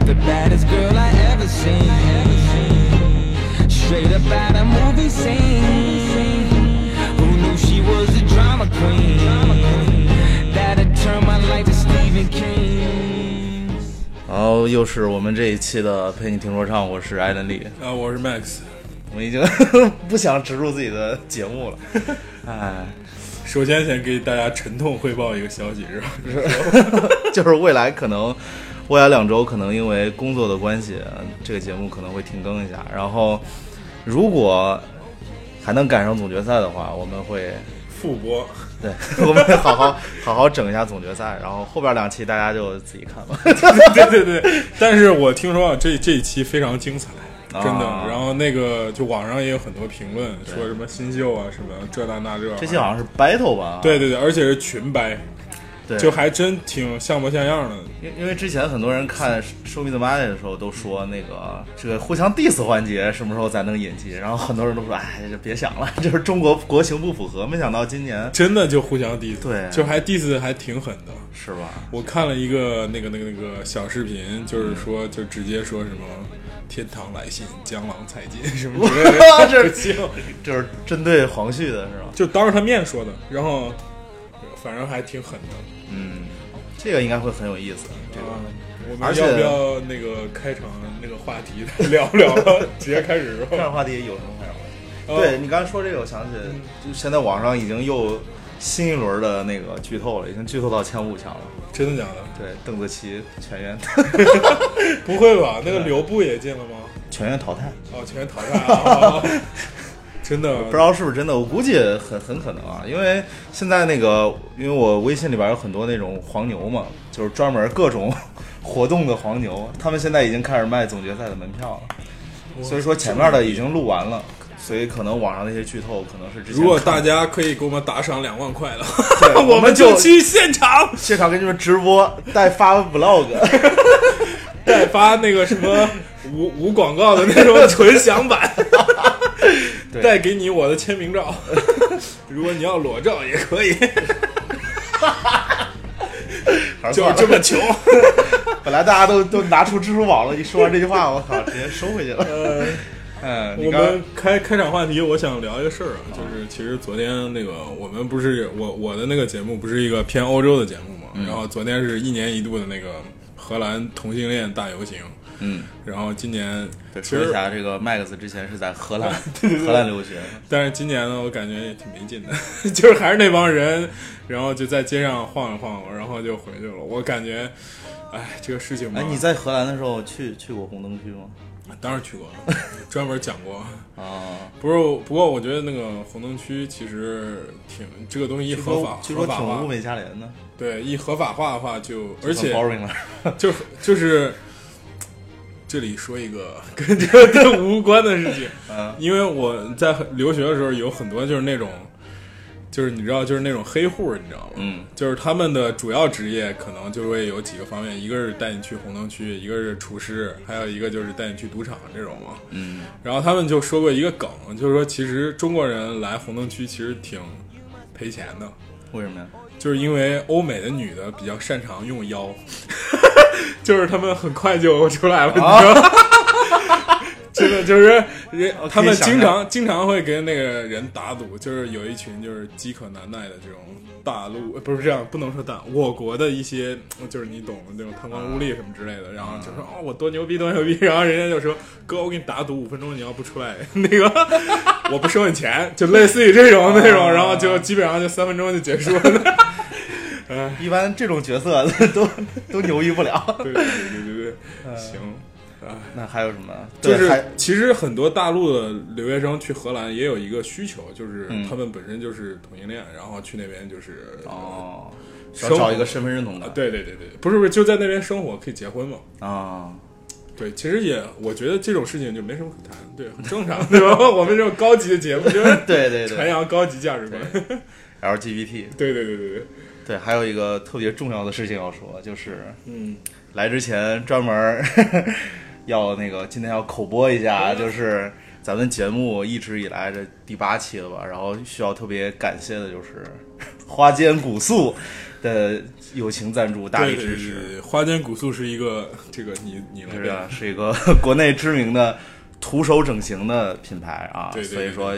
the baddest girl I ever seen. Straight up out of movie scene. Who knew she was a drama queen? That'd turn my life to Stephen King. 然后又是我们这一期的陪你听说唱，我是艾伦丽，啊，我是 Max。我们已经 不想植入自己呃的节目 了，哎，首先先给大家沉痛汇报一个消息，是吧？ 就是未来可能未来两周可能因为工作的关系，这个节目可能会停更一下。然后如果还能赶上总决赛的话，我们会复播， 对，我们会好好好好整一下总决赛。然后后边两期大家就自己看吧。 对对对。但是我听说啊，这这一期非常精彩，真的。啊然后那个就网上也有很多评论说什么新秀啊，什么这那那这。这期好像是 battle 吧？对对对，而且是群掰，对，就还真挺像模像样的。因因为之前很多人看《Show Me the Money》的时候都说那个这个互相 diss 环节什么时候才能引进，然后很多人都说哎，这别想了， 就是中国国情不符合。没想到今年真的就互相 diss，对就还 diss 还挺狠 的。是吧？我看了一个那个那个那个小视频，嗯就是说就直接说什么天堂来信，江郎才尽什 么之类的， 这这是 针对黄旭的是吧？就当着他面说的，然后反正还挺狠的。嗯，这个应该会很有意思。这个啊，我而们且要不要那个开场那个话题聊 聊了？直接开始是开吧？场话题有什么开场话题？哦对你刚才说这个，我想起就现在网上已经又新一轮的那个剧透了，已经剧透到前五强了。真的假的？对，邓紫棋全 员嗯不会吧？那个刘步也进了吗？全员淘汰。哦，全淘汰啊！ 哦真的啊不知道是不是真的，我估计很很可能啊，因为现在那个，因为我微信里边有很多那种黄牛嘛，就是专门各种活动的黄牛，他们现在已经开始卖总决赛的门票了，所以说前面的已经录完了，所以可能网上那些剧透可能是之前如果看大家可以给我们打赏两万块的话， 对我们们就去现场现场给你们直播带发 vlog，代发那个什么无无广告的 那种纯享版，对带给你我的签 名照。如果你要裸照也可以，就是这么穷。 本来大家都都拿出支付宝了，一说完这句话，我 靠，直接收回去了。呃，嗯，你我刚们开开场话题，我想聊一个事儿啊，就是其实昨天那个我们不是我我的那个节目不是一个偏欧洲的节目嘛，嗯然后昨天是一年一度的那个荷兰同性恋大游行，嗯，然后今年对其说一实下这个 Max 之前是在荷 兰荷兰留学，但是今年呢，我感觉也挺没劲的， 就是还是那帮人，然后就在街上晃悠晃悠，然后就回去了。我感觉，哎，这个事情嘛，哎，你在荷兰的时候去去过红灯区吗？ 当然去过了，专门讲过。 啊，不是，不过我觉得那个红灯区其实挺这个东西一据合法说，据说合法挺化物，美价廉的，对，一合法化的话就，而且很 boring 了。 就就是这里说一个 跟这个跟无关的事情，嗯因为我在留学的时候有很多就是那种，就是你知道就是那种黑户，你知道吗？嗯，就是他们的主要职业可能就会有几个方面，一个是带你去红灯区，一个是厨师，还有一个就是带你去赌场这种嘛。嗯，然后他们就说过一个梗，就是说其实中国人来红灯区其实挺赔钱的。为什么呀？就是因为欧美的女的比较擅长用腰，就是她们很快就出来哦了，你知道吗？ 真的就是人哦我可以，他们想经象常经常会跟那个人打赌，就是有一群就是饥渴难耐的这种大陆，呃不是这样，不能说大，我国的一些就是你懂的那种贪官污吏什么之类的，然后就说嗯哦我多牛逼多牛逼，然后人家就说哥我给你打赌五分钟你要不出来， 那个我不收你钱，就类似于这种那 啊种，然后就基本上就三分钟就结束了。 一般这种角色 都都牛逼不了。嗯对对 对对对，行。啊那还有什么？就对是还其实很多大陆的留学生去荷兰也有一个需求，就是嗯他们本身就是同性恋，然后去那边就是哦，生要活找一个身份认同的。啊，对对对对，不是不是就在那边生活可以结婚嘛？啊，对，其实也我觉得这种事情就没什么可谈，对，很 正常， 对吧？我们这种高级的节目就是对对传对扬高级价值观， ，LGBT，对对对对对，对，还有一个特别重要的事情要说，就是嗯，来之前专门儿 要那个今天要口播一哎下，就是咱们节目一直以来这第八期了吧，然后需要特别感谢的就是。 花间古素的友情赞助，大对力对支对持。对，花间古素是一个这个你你来是啊，的，是一个 国内知名的徒手整形的品牌啊，对对对所以说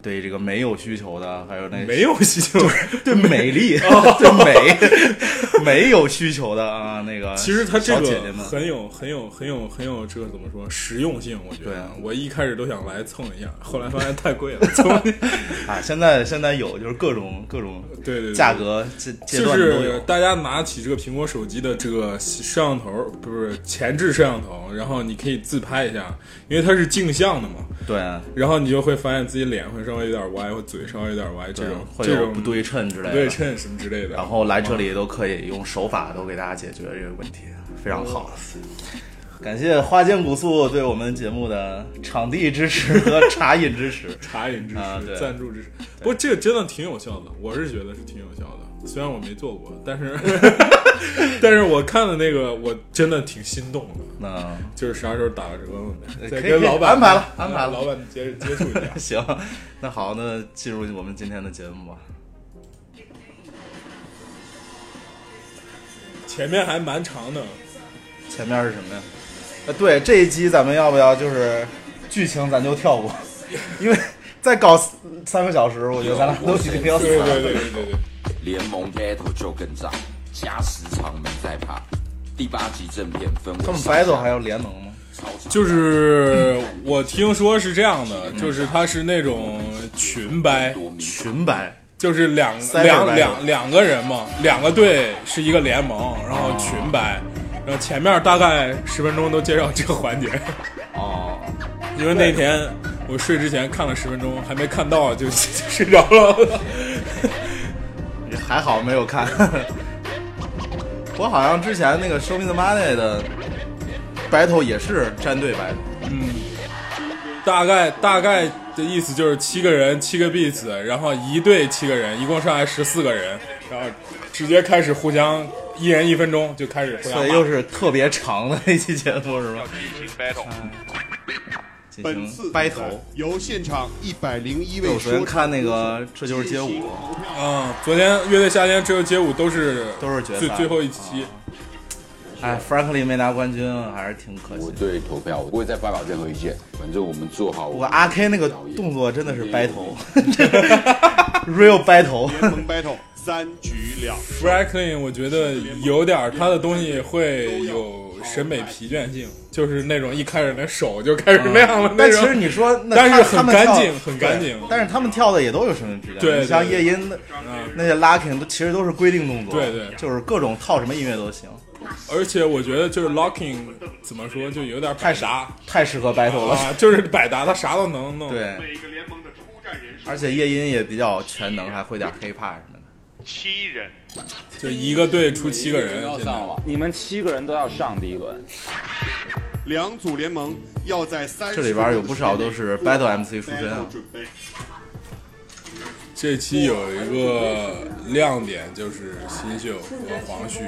对这个美有需求的，还有那没有需求。 对美丽、 对美 美有需求的啊，那个 其实它这小姐个姐们很有很有很有很有这个怎么说实用性，我觉对得啊我一开始都想来蹭一下，后来发现太贵了，蹭 啊，现在现在有就是各种各种对对对价格阶 阶就段的都是有，大家拿起这个苹果手机的这个摄像头，不是前置摄像头，然后你可以自拍一下，因为它是镜像的嘛，对啊然后你就会发现自己脸会稍微有点歪，或嘴稍微有点歪，这对啊种会这有种不对称之不类对的，称什么之类的。然后来这里都可以用手法都给大家解决这个问题，非常好。嗯嗯感谢花间古素对我们节目的场地支持和茶饮支持。 茶饮支啊对持、赞助支持，不过这个真的挺有效的，我是觉得是挺有效的。虽然我没做过，但是 但是我看的那个我真的挺心动的，那就是啥时候打个折问问，再嗯呃可以可跟以老板安排了安排了老板接接触一下。 行，那好，那进入我们今天的节目吧。前面还蛮长的，前面是什么呀？呃，对，这一集咱们要不要就是剧情咱就跳 过，因为再搞三三个小时，我觉得咱俩都已经要死对了。对对对对对，联盟 battle 就跟上，加时场没在怕。第八集正片分为他们上下 battle 还要联盟吗？超长就是我听说是这样的，就是他是那种群掰，多名群掰，就是两三人两掰两两个人嘛，两个队是一个联盟，然后群掰，然后前面大概十分钟都介绍这个环节，哦，因为那天我睡之前看了十分钟，还没看到就 就睡着了。还好没有看。 我好像之前那个《Show Me the Money》的 battle 也是战队 battle，大概大概的意思就是七个人七个 beats，然后一队七个人，一共上来十四个人，然后直接开始互相一人一分钟就开始互相所以骂又是特别长的一期节目是吧？嗯进本行次 battle。由现场一百零一对位我昨天说看那个《这就是街舞》，嗯，昨天乐队夏天这个街舞都是都是决赛最最后一期，哎，Franklin 没拿冠军还是挺可惜我的。对投票我不会再发表任何意见，反正我们做好我我阿 K 那个动作真的是掰头 ，real 掰头。联盟 battle 三局了，嗯 Franklin，我觉得有点儿他的东西会有审美疲倦性，就是那种一开始那手就 开始那样了那嗯 但其实种。你说，那但是他很他们跳干净很干净对但是他们跳的也都有身份质量。对你像对对嗯夜音的那些 locking 都其实都是规定动作，对对就是各种套什么音乐都行，而且我觉得就是 locking 怎么说，就有点太啥太适合 battle 了。啊，就是百搭，他啥都能弄。，对，每个联盟的出战人数而且夜音也比较全能，还会点 hiphop 什么的。七人，就一个队出七个人，现在你们七个人都要上第一轮，两组联盟要在三这里边有不少都是 battle MC 出身啊 battle 准备。这期有一个亮点就是新秀和黄旭，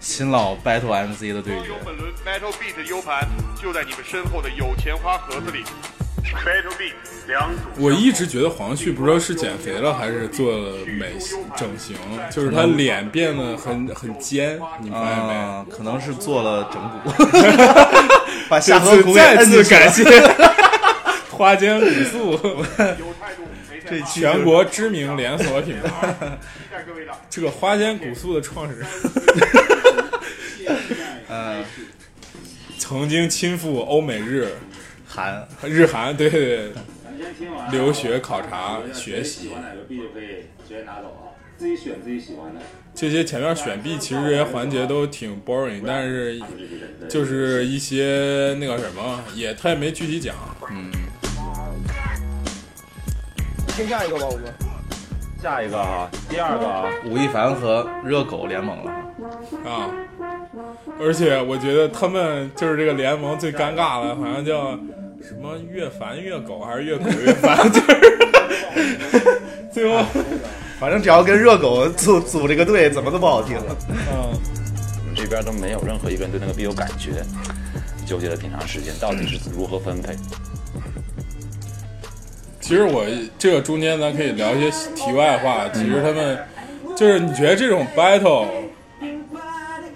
新老 battle MC 的对所决有。本轮 Metal Beat 的 U 盘就在你们身后的有钱花盒子里。Metal Beat 两组， 我一直觉得黄旭不知道是减肥了还是做了美整形，就是他脸变得很很尖，你发现没？啊、可能是做了 整蛊，把下颌骨给再摁进次去了 感谢花间武 素，有态度没在这怕期全国知名连锁品牌。期待各位的 这个花间古素的创始 人，呃 曾经亲赴欧美日、韩日韩，对对对，留学考察学习喜欢哪个币就可以直接拿走啊，自己选自己喜欢的。这些前面选 B，其实这些环节都挺 boring，但是就是一些那个什么，也他也没具体讲。嗯下一个啊，第二个啊，吴亦凡和热狗联盟了，啊。而且我觉得他们就是这个联盟最尴尬的，好像叫什么越烦越狗还是越狗越 烦，就是最后，反正只要跟热狗组组这个队，怎么都不好听。嗯，我们这边都没有任何一个人对那个币有感觉，纠结了挺长时间，到底是如何分配？其实我这个中间咱可以聊一些题外话，其实他们就是你觉得这种 battle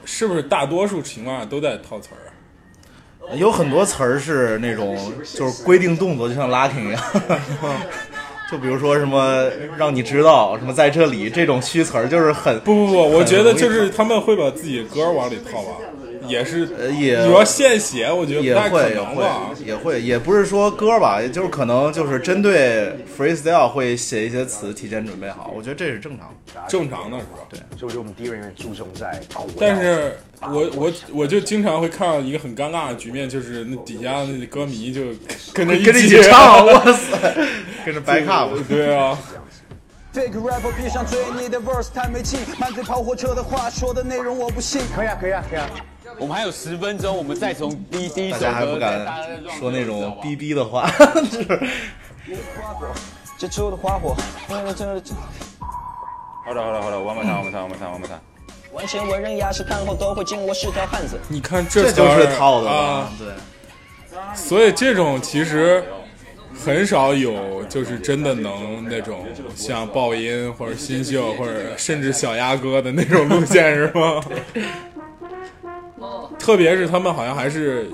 是不是大多数情况下都在套词儿啊？有很多词儿是那种就是规定动作，就像 locking 一样， 就比如说什么让你知道什么在这里这种虚词儿，就是很不不不，我觉很得容易就是他们会把自己的歌往里套吧，也是。呃也你要献血，我觉得不也太可会也能会吧。也会也不是说歌吧，也就是可能就是针对 freestyle 会写一些词提前准备好，我觉得这是正常。正常的是吧？对。所以我觉得我们第一个人很注重在口味但是我我我就经常会看到一个很尴尬的局面，就是那底下那歌 迷就跟着跟着一起 唱，哇塞，跟着白看吧。对啊， Fake rapper 披上嘴，你的 verse 太没劲，满嘴跑火车的话说的内容我不信。可以啊，可以啊，可以啊。我们还有十分钟，我们再从第第一大首家还不歌敢再大家再让说那种我逼逼的 话，就是接触的花火，嗯这这好了好了好了，我们唱我们唱我们唱我们唱。完全文人雅士，看后都会敬我是条汉子。你看这词就儿是套的啊吧？，对。所以这种其实很少有，就是真的能那种像爆音或者新秀或者甚至小鸭哥的那种路线是吗？特别是他们好像还是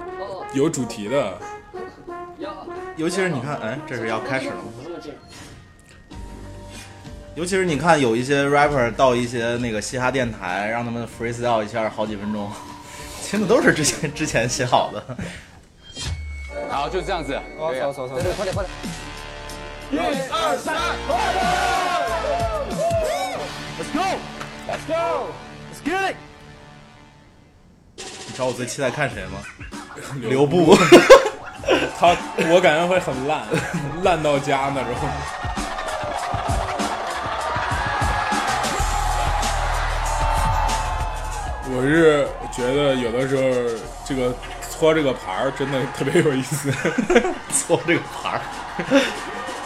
有主题的，尤其是你看，哎，这是要开始了吗？尤其是你看，有一些 rapper 到一些那个嘻哈电台，让他们 freestyle 一下好几分钟， 其实都是之前之前写好的。好，就这样子。可以啊走走，对对，快点快点。你知道我最期待看谁吗？刘刘 布， 他我感觉会很烂，烂到家那种。我是觉得有的时候这个搓这个牌儿真的特别有意思。 搓这个牌儿，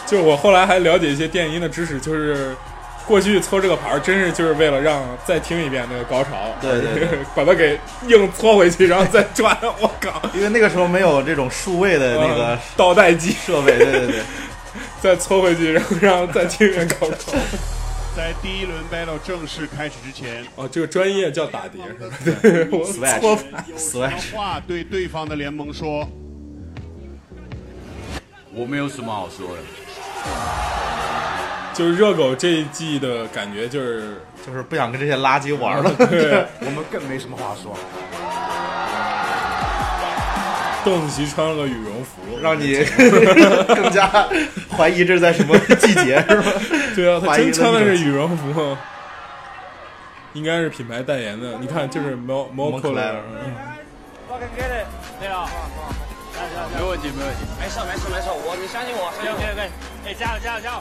就我后来还了解一些电音的知识，就是过去搓这个牌儿，真是就是为了让再听一遍那个高潮，对对 把它给硬搓回去，然后再转。我靠，因为那个时候没有这种数位的那个嗯倒带机设备，对对对， 再搓回去，然后让再听一遍高 潮。在第一轮 battle 正式开始之前，哦，这个专业 叫打碟是吧？对，我 Swag 搓牌。有什么话对对方的联盟说？我没有什么好说的。就是热狗这一季的感觉就是，就是不想跟这些垃圾玩了。 对，我们更没什么话说。邓紫棋穿了个羽绒服，让你 更 加怀疑这是在什么季节，是吧？对啊，他怀疑真了穿的那种是羽绒服吗，应该是品牌代言的。你看，就是 Mo Mo c o l Moncler，嗯没问题，没问题。没事没事没事，我你相信我，相信我。哎，加油加油加油！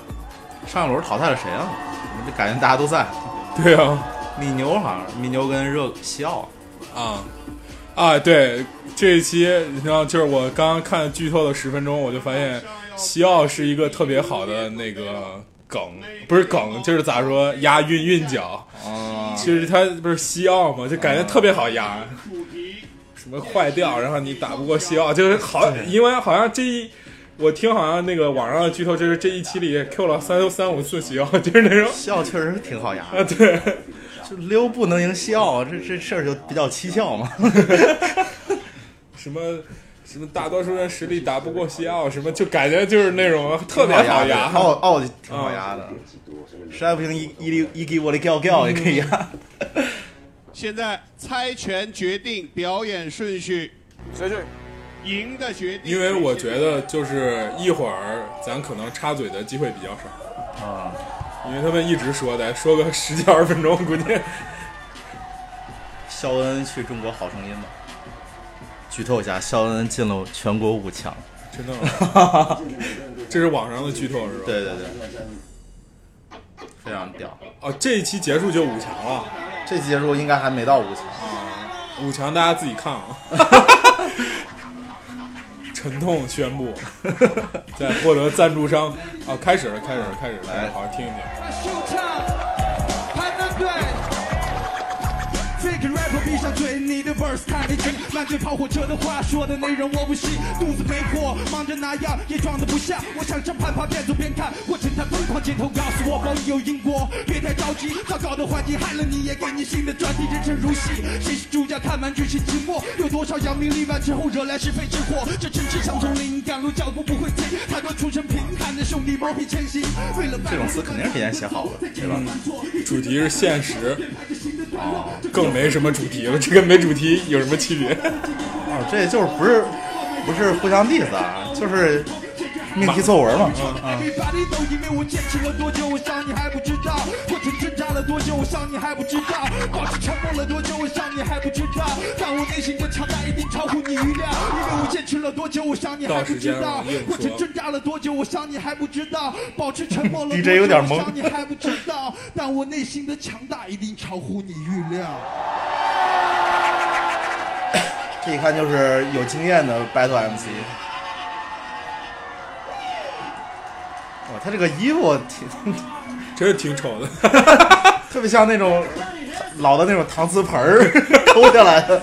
上一轮淘汰了谁啊？我就感觉大家都在。对啊，米牛好像，米牛跟热西奥，啊啊，对，这一期你知道，就是我刚刚看剧透的十分钟，我就发现西奥是一个特别好的那个梗，不是梗，就是咋说押韵韵脚。嗯，就是他不是西奥嘛，就感觉特别好压，什么坏掉，然后你打不过西奥，就是好，因为好像这一我听好像那个网上的剧透，就是这一期里 Q 了三三五次西奥，就是那种西奥确实挺好牙啊，的，对，就溜不能赢西奥，这这事儿就比较蹊跷嘛。什么。什么大多数人实力打不过西奥，什么就感觉就是那种特别好牙，压，嗯奥奥挺好牙的，实在不行一一粒一给我的吊吊也可以压。现在猜拳决定表演顺序，谁去？赢的决定。因为我觉得就是一会儿咱可能插嘴的机会比较少啊，因为他们一直说的，说个十几二十分钟，估计肖恩去中国好声音嘛，剧透一下，肖恩进了全国五强。真的吗？ 这是网上的剧透是吧？，对对对，非常屌。哦，这一期结束就五强了，哦这结束应该还没到五强，五强大家自己看啊。沉痛宣布， 在获得赞助商啊，开始了，开始了，开始了，来好好听一听。 Showtime，判断对。Take rap rapper 闭上嘴，你的 verse 太没劲，满嘴跑火车的话说的内容我不信，肚子没火，忙着拿药也装得不像，我想着攀爬边走边看，我趁他疯狂镜头告诉我保有因果，别太着急，糟糕的环境害了你，也给你新的专题，人生如戏，谁是主角看完剧情寂寞，有多少扬名立万之后惹来是非之祸，这城市像丛林，赶路脚步不会停，太多出身贫寒的兄弟磨皮前行，为了这种词肯定是提前写好的，对吧？主题是现实，更没什么主题了。这跟没主题有什么区别？ 哦，这就是不是不是互相 diss 啊，就是命题作文嘛。嗯啊， Everybody 都以为我坚持了多久，我想你还不知道；过程挣扎了多久，我想你还不知道；保持沉默了多久，我想你还不知道。但我内心的强大一定超乎你预料，因为我坚持了多久，我想你还不知道到时间了你也；不过说程挣扎了多久，我想你还不知道；保持沉默了多 DJ 久，有点懵我想你还不知道。但我内心的强大一定超乎你预料。这一看就是有经验的 battle MC。哇，他这个衣服挺， 真是挺丑的，特别像那种 老的那种搪瓷盆儿抠下来的。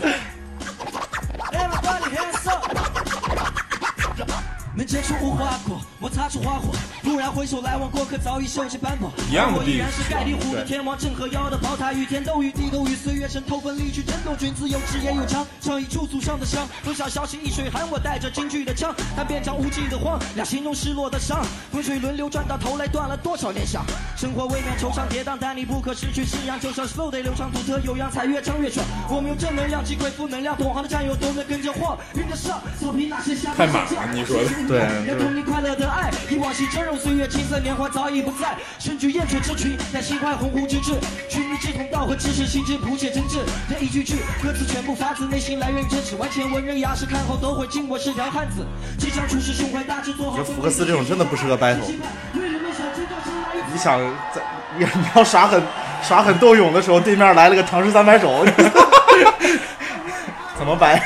门前树无花果，摩擦出花火。突然回首来往，过客早已锈迹斑驳。一样的而我地依然是盖地虎的对天 王，正和妖的宝塔与天斗与地斗与岁月神偷分离去争斗，君子有志也有枪，仗义助祖上的香。风沙小心一水寒，我带着京剧的腔，但变成无尽的慌，俩心中失落的伤。滚水轮流转到头来，断了多少念想？生活未免惆怅跌宕，但你不可失去信仰。就像 flow 得流畅，独特有样，才越唱越爽。我们用正能量击溃负能量，懂行的战友都能跟着晃，跟着上。草坪那些下太满了，你说的。要童年快乐的爱，忆往昔峥嵘岁月，青涩年华早已不在。身居燕雀之群，乃心怀鸿鹄之志。群儒志同道合之士，心知谱写真挚。这一句句歌词全部发自内心，来源于真实。完全文人雅士，看后都会敬我是条汉子。即将出世，胸怀大志，做我好觉得中福国克斯这种真的不适合 battle。为了梦想制造出来一你想在你你要耍狠耍狠斗勇的时候，对面来了个唐诗三百首， 你怎么 摆？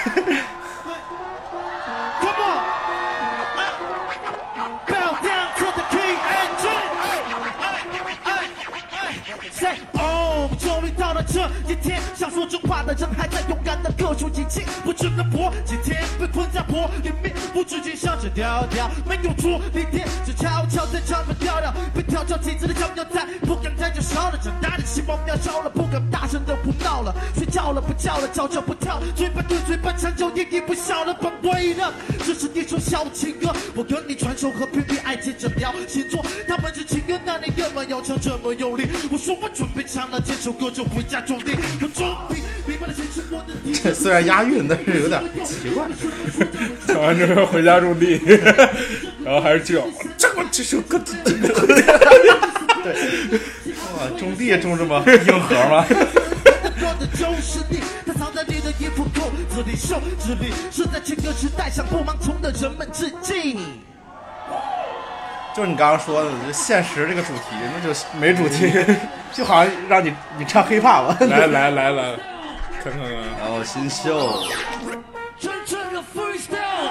Bow down to the king and queen. Say oh，终于到了这一天，想说真话的人还在勇敢的各抒己情，不只能搏几天，被困在火里面，不知间像只貂貂，没有出力点，只悄悄在上面跳跳，被跳跳体制的逍遥在，不敢再就烧了，长大的希望渺小了，不敢大声的胡闹了，睡觉了不叫了，叫叫不跳，嘴巴对嘴巴缠就一定不笑了，本位的，这是一首小情歌，我跟你传授和平比爱情诊疗星座，他们是情歌，那你干嘛要唱这么用力？我说我准备唱了这首歌就回家种地，我终于明白了谁是我的敌这人。虽然押韵，但是有点奇 怪。唱完之后回家种地， 然后还是这种，这个这首歌，哇，种地种这么硬核吗？ 说的就是你，它藏在你的衣服裤子里，袖子里，是在这个时代向不盲从的人们致敬。就是你刚刚说的，就现实这个主题，那就是没主 题，就好像让你你唱黑怕吧。 来来来来，看看啊，然后新秀，真正的 freestyle，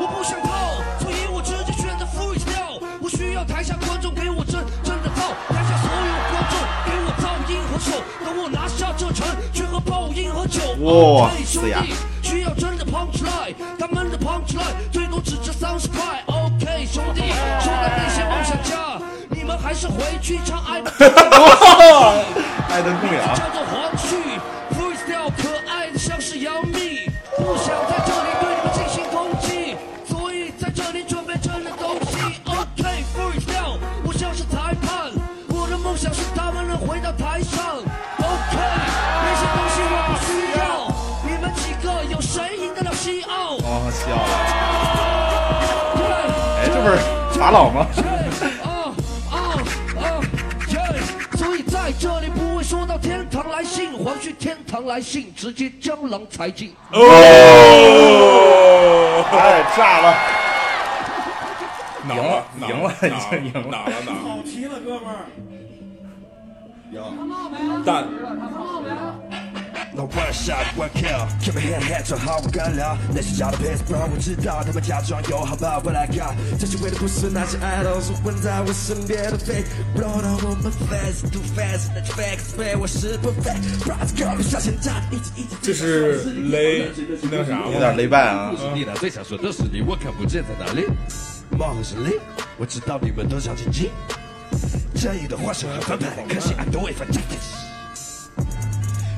我不想套，所以我直接选择 freestyle。我需要台下观众给我真正的套，台下所有观众给我噪音和手，等我拿下这城，却和泡影和酒。哇对兄是呀弟，需要真的 punch line，他们的 punch line 最多只值三十块。OK，兄弟，说了那些妄想家，你们还是回去唱爱的爱的啊供养。叫做黄旭，freestyle 可爱的像是杨幂，不想在这里对你们进行攻击，所以在这里准备真的东西。OK，freestyle，、我像是裁判，我的梦想是他们能回到台上。OK，那些东西我不需要，你们几个有谁赢得了西奥？哦，笑了。哎，这不是法老吗？所以在这里不会说到天堂来信，还去天堂来信，直接江郎才尽。哦，哎，炸了！赢了，赢了，已经赢了，哪了哪了？题了，哥们儿。赢。但我 one shot one kill，给我 hand hand 做好我干粮，那些假的 bass 不让我知道，他们假装有好吧，What I got，这是为的不是那些 idols，混在我身边的 fake，不让我们 fast too fast，那些 facts 被我识破 fake，Bros girl 下线站，一直一直。这是雷那啥吗？有点雷败啊你呢？最想说的是你，我看不见在哪里。冒的是零，我知道你们都想进击。正义的化身和反派，可惜 I don't even j u s t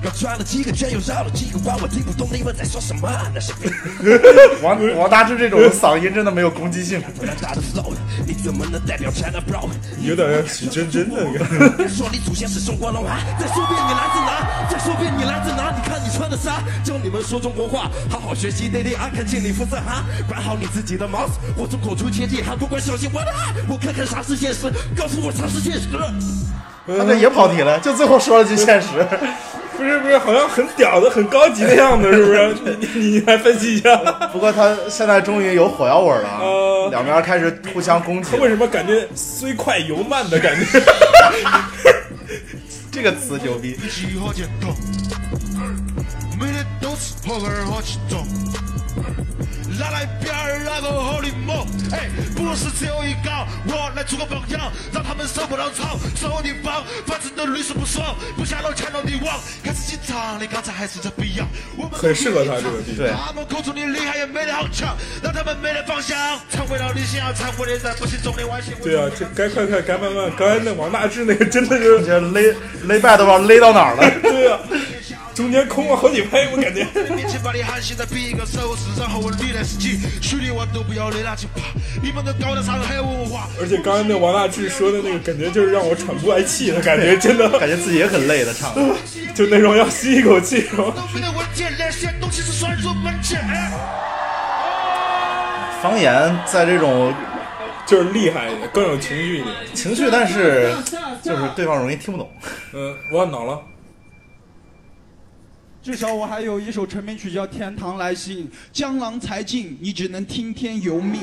绕穿了几个圈，又绕了几个弯，我听不懂你们在说什么。那是命 王王大治这种嗓音真的没有攻 击性，大的 flow，你怎么能代表 China Bro？有点像许真真的感觉。别说你祖先是中国龙啊！再说遍你来自哪？再说遍你来自哪？你看你穿的啥？教你们说中国话，好好学习 d d r 看见你肤色哈，管好你自己的毛，我从口出切记，韩国怪小心我的啊！我看看啥是现实，告诉我啥是现实。 他啊这也跑题了，就最后说了句现实。 不是不是，好像很屌的、很高级的样子，是不 是？你你你来分析一下。呃不过他现在终于有火药味儿了啊，两边开始互相攻击。为什么感觉虽快犹慢的感觉？ 这个词牛逼。拉来边儿那个好礼貌，哎，不是只有一个，我来做个榜样，让他们受不了操，受你帮，反正都屡试不爽，不想让钱让你忘，开始紧张，你刚才还是这逼样，我们很适合他这个地方对他们口中的厉害也没得好强，让他们没得方向，成为了理想，成为了人，不心中的万幸。对啊，这该快快，该慢慢。刚才那王大治那个真的是，这勒勒拜都不知道勒到哪儿了。对啊，中间空了好几拍，我感觉。面前把你喊醒，再比一个手势，然后我你来十几，虚里我都不要你拿去爬，你们都搞得上海文化。而且刚才那王大治说的那个感觉，就是让我喘不过来气的感觉，真的感觉自己也很累的唱的，就那种要吸一口气，然后没得文件，那些东西是算入门钱。方言在这种就是厉害一点，更有情绪一点，情绪，但是就是对方容易听不懂。嗯，我脑了。至少我还有一首成名曲叫《天堂来信》，江郎才尽，你只能听天由命。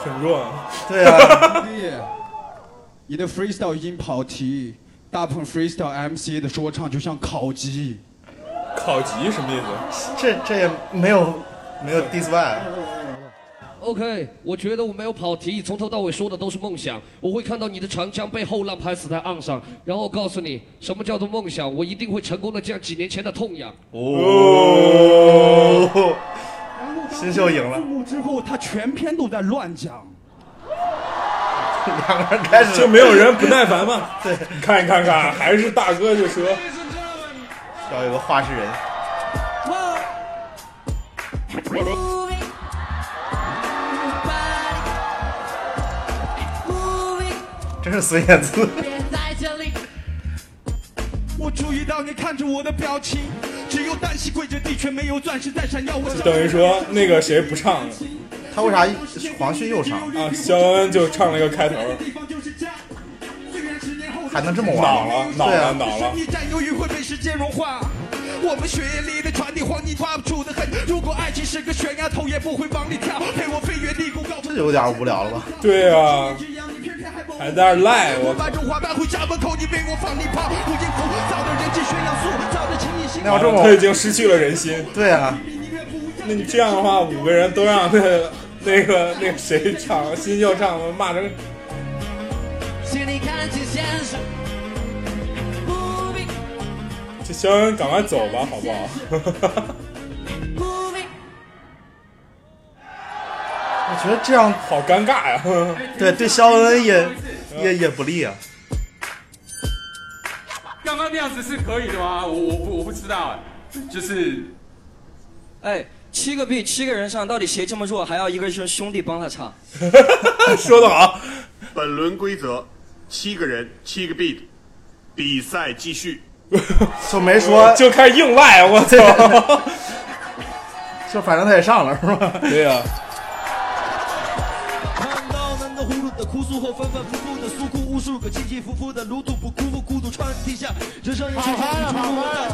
很弱啊。对啊。你的 freestyle 已经跑题，大鹏 freestyle MC 的说唱就像烤鸡。烤鸡什么意思？这这也没有没有 dis one。 OK，我觉得我没有跑题，从头到尾说的都是梦想。我会看到你的长江被后浪拍死在岸上，然后告诉你什么叫做梦想。我一定会成功的降几年前的痛痒。哦，新秀赢了字。幕之后，他全篇都在乱讲。两个人开始就没有人不耐烦吗？ 对，你看一看看，还是大哥就说，要有个话事人。啊真是孙燕姿。我注意到你看着我的表情，只有单膝跪着地，却没有钻石在闪耀。我想等于说那个谁不唱了，他为啥黄旭又唱啊？肖恩就唱了一个开头，还能这么玩？恼了，恼对啊了，恼了。你占有欲会被时间融化。我们血液里的传递，黄泥抓不住的痕。如果爱情是个悬崖，头也不会往里跳。陪我飞越低谷高这有点无聊了吧？对啊，还在那儿赖哎我把操。中华搬回家门口，你为我放你炮。如今浮躁的人气宣扬素，造的情你心。要这么他已经失去了人心。对啊，那你这样的话，五个人都让那个那个那个谁唱新秀唱，骂成请你看清先生，不必这肖恩赶快走吧，好不好？ 不必我觉得这样好尴尬呀、对对，肖恩也也也不利啊。刚刚那样子是可以的啊吗？我我不我不知道哎，就是哎，七个币，七个人上，到底谁这么弱？还要一个是兄弟帮他唱。 说得好。本轮规则：七个人，七个 beat，比赛继续。 就没说，就开始硬赖，我操！ 就反正他也上了是吧？对呀、看到闷的、葫芦的、哭诉后愤愤不复的诉苦，无数个起起伏伏的路途，不辜负孤独穿地下。人生有时候好嗨啊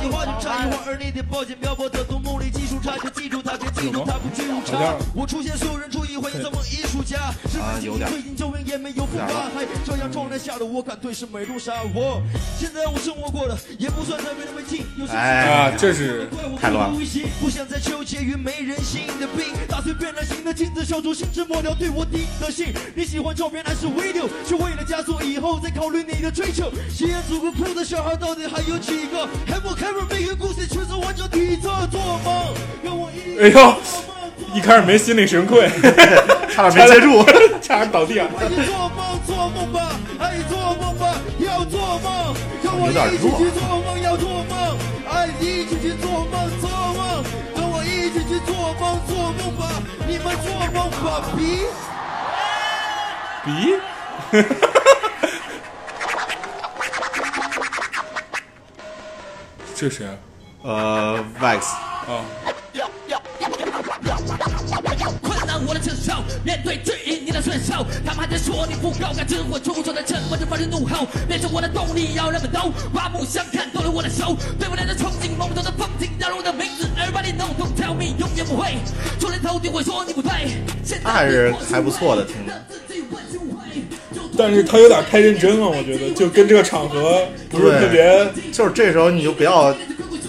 你好嗨啊站一会儿就站一会好儿，而你得抱紧漂泊的独木里，记住他，却记住他，却记住他，不惧无有点常儿。我出现，所有人注意，会怎么艺术家？是啊不是有你点儿最近救命也没有复有点儿发了？嗨，这样状态下的我，敢对视每路杀。我现在我生活过了，也不算特别的没劲。有些啊，这是太乱了。不想再纠结于没人心的病，打碎变了形的镜子，消除心智抹掉对我敌的信。你喜欢照片还是 video？是为了枷锁以后再考虑你的追求。吸烟祖国哭的小孩到底还有几个？还我开门每个故事全是完整体测做梦，让我一 哎呦，一开始没心领神愧， 差啊点没接 住差点倒地啊！我一做梦做梦吧，爱做梦吧，要做梦，跟我有点一起弱去做梦，要做梦，爱一起去做梦做梦，跟我一起去做梦做梦吧，你们做梦吧，比。比， 这谁啊？呃，Vex 啊，困难我的承受，面对质疑你的顺手，他们还在说你不够，感知我出手的沉默，就发出怒吼，变成我的动力，要让们都刮目相看，夺了我的手，对未来的憧憬，懵懂的风景，让我的名字，everybody know don't tell me，永远不会，出人头地会说你不对，现他还是还不错的，听着。但是他有点太认真了，我觉得就跟这个场合不是特别。别，就是这时候你就不要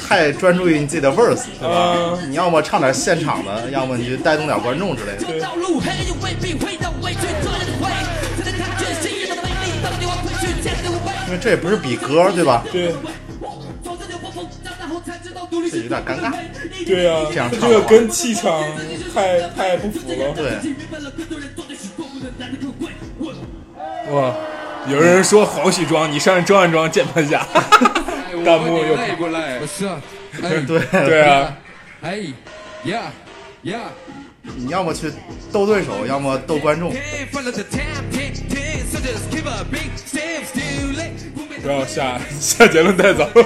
太专注于你自己的 verse，对啊吧？你要么唱点现场的，要么你就带动点观众之类的。道路黑又未必会让畏惧这样的会，才能看见信任的魅力，当你我褪去坚定的无畏。因为这也不是比歌，对吧？对，这有点尴尬。对呀、这样他唱这个跟气场太太不符了。对。哇，有人说好喜装，你上去装一装，键盘侠。弹幕又累不累？不是啊，哎对对啊，哎呀呀，你要么去斗对手，要么斗观众。 哎不要下 下结论太早了。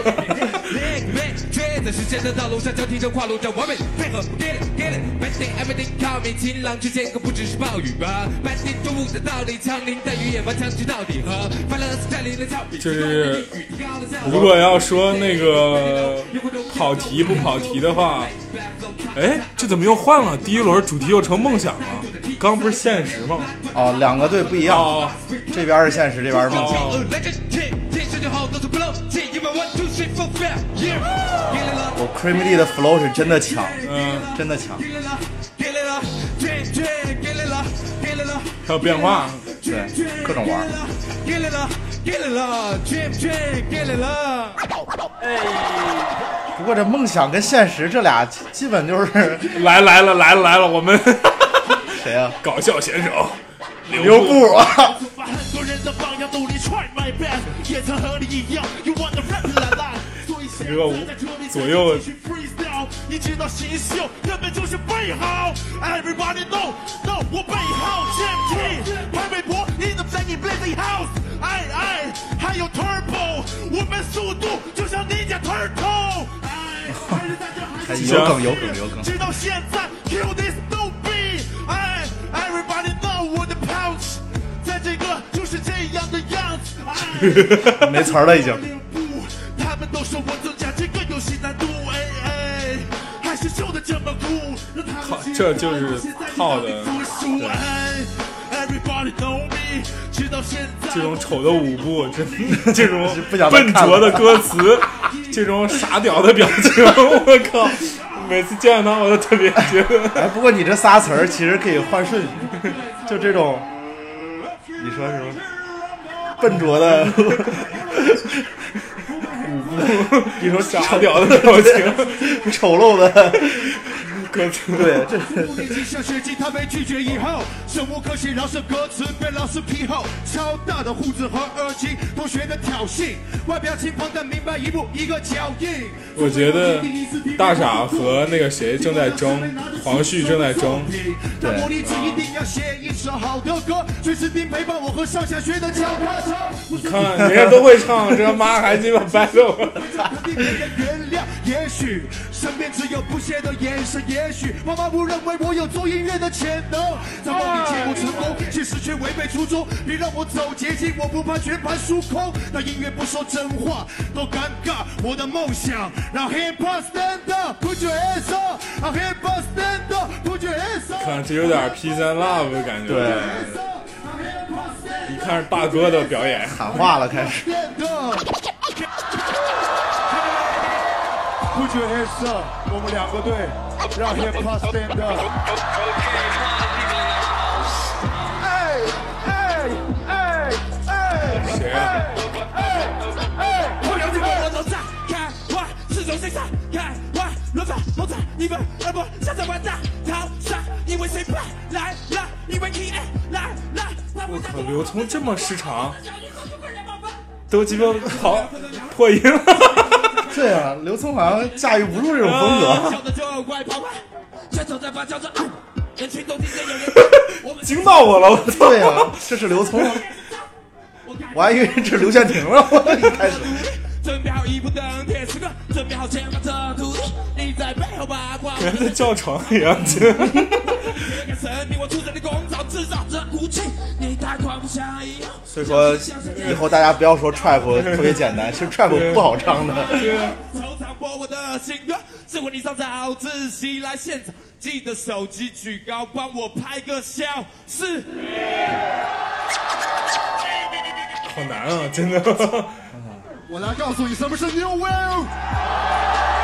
追在时间的道路上，交替着跨路着完美配合，get it get it，bad thing everything coming，晴朗之间可不只是暴雨吧，bad thing 中午的道理，枪林弹雨也把枪支到底和快乐是占领了草坪。 就是如果要说那个跑题不跑题的话，哎，这怎么又换了？第一轮主题又成梦想了，刚不是现实哦吗？哦，两个队不一样，这边是现实，这边是梦想。哦来这天天生就好，都是不漏气，一百 one two three four five，yeah，赢了。我 Creamy D 的 flow 是真的强，嗯，真的强。还有变化，对，各种玩。不过这梦想跟现实这俩基本就是 来来了来了来了，我们谁呀、啊？ 搞笑选手刘步 啊，把很多人的榜样努力 try my best，也曾和你一样，you wanna rap la la。所以现在在这里左右继续 freestyle，一直到新秀，根本就是备好。Everybody know know 我备好 GMT，潘玮柏 in the flying blazing house，哎哎，还有 Turbo，我们速度就像你家 Turtle。哎，还是大家还是有梗有梗有梗直到现在，Kill this no b 哎，Everybody know 我的 pouch，在这个就是这样的样子，哎， 没词儿了已经。他们都说我增加这个游戏难度，哎哎，还是秀的这么酷，让他们这就是套的服输，哎，Everybody know me，直到现在，这种丑的舞步，这这种 不想再笨看了拙的歌词，这种傻屌的表情， 我靠！每次见到他，我都特别觉得。哎，不过你这仨词儿其实可以换顺序，就这种，你说什么？笨拙 的舞步，你说傻屌的表情， 丑陋的 歌词，对，这我已经像学习，他没拒绝以后，生物科学饶舌歌词被老师批后，超大的胡子和耳机，同学的挑衅，外表轻狂但明白一步一个脚印。我觉得大傻和那个谁正在争，黄旭正在争。那魔力值一定要写一首好的歌，崔斯汀陪伴我和上下学的脚踏车。看人家都会唱，这妈还鸡巴掰了我。原谅，也许身边只有不屑的眼神，也许妈妈误认为我有做音乐的潜能，在梦里节目成功，现实却违背初衷。别让我走捷径，我不怕全盘输空。那音乐不说真话，多尴尬。我的梦想，让 hip hop stand up，put your hands up，让 hip hop stand up，put your hands up。看这有点 Peace and Love 的感觉。对，一看是大哥的表演，喊话了开始。变的。不觉黑色，我们两个队让 hip hop stand up。哎哎哎哎！谁啊？我了解我我都在开花，四种星上开花，轮番猛踩你们耳朵，像在玩大逃杀，因为谁败来啦，因为 K A 来啦，他我们靠，刘聪这么失常，都鸡巴跑破音了。对啊， 刘聪好像驾驭不住这种风小格。的就怪跑吧，拳头在发酵着，啊人群都听见有人。惊到我了，我操！对啊，这是刘聪，我还以为这是刘宪廷了，我一开始。准备好一步登天时刻，准备好前方的土地，你在背后八卦。感觉在教床啊一样，这这个神比我出生的工厂制造这武器，你太狂不相依。所以说，以后大家不要说 trap 特别简单，其实 trap 不好唱的。手掌握我的心歌，是为你上早自习来现场，记得手机举高，帮我拍个笑是。好难啊，真的。 我来告诉你什么是 new wave。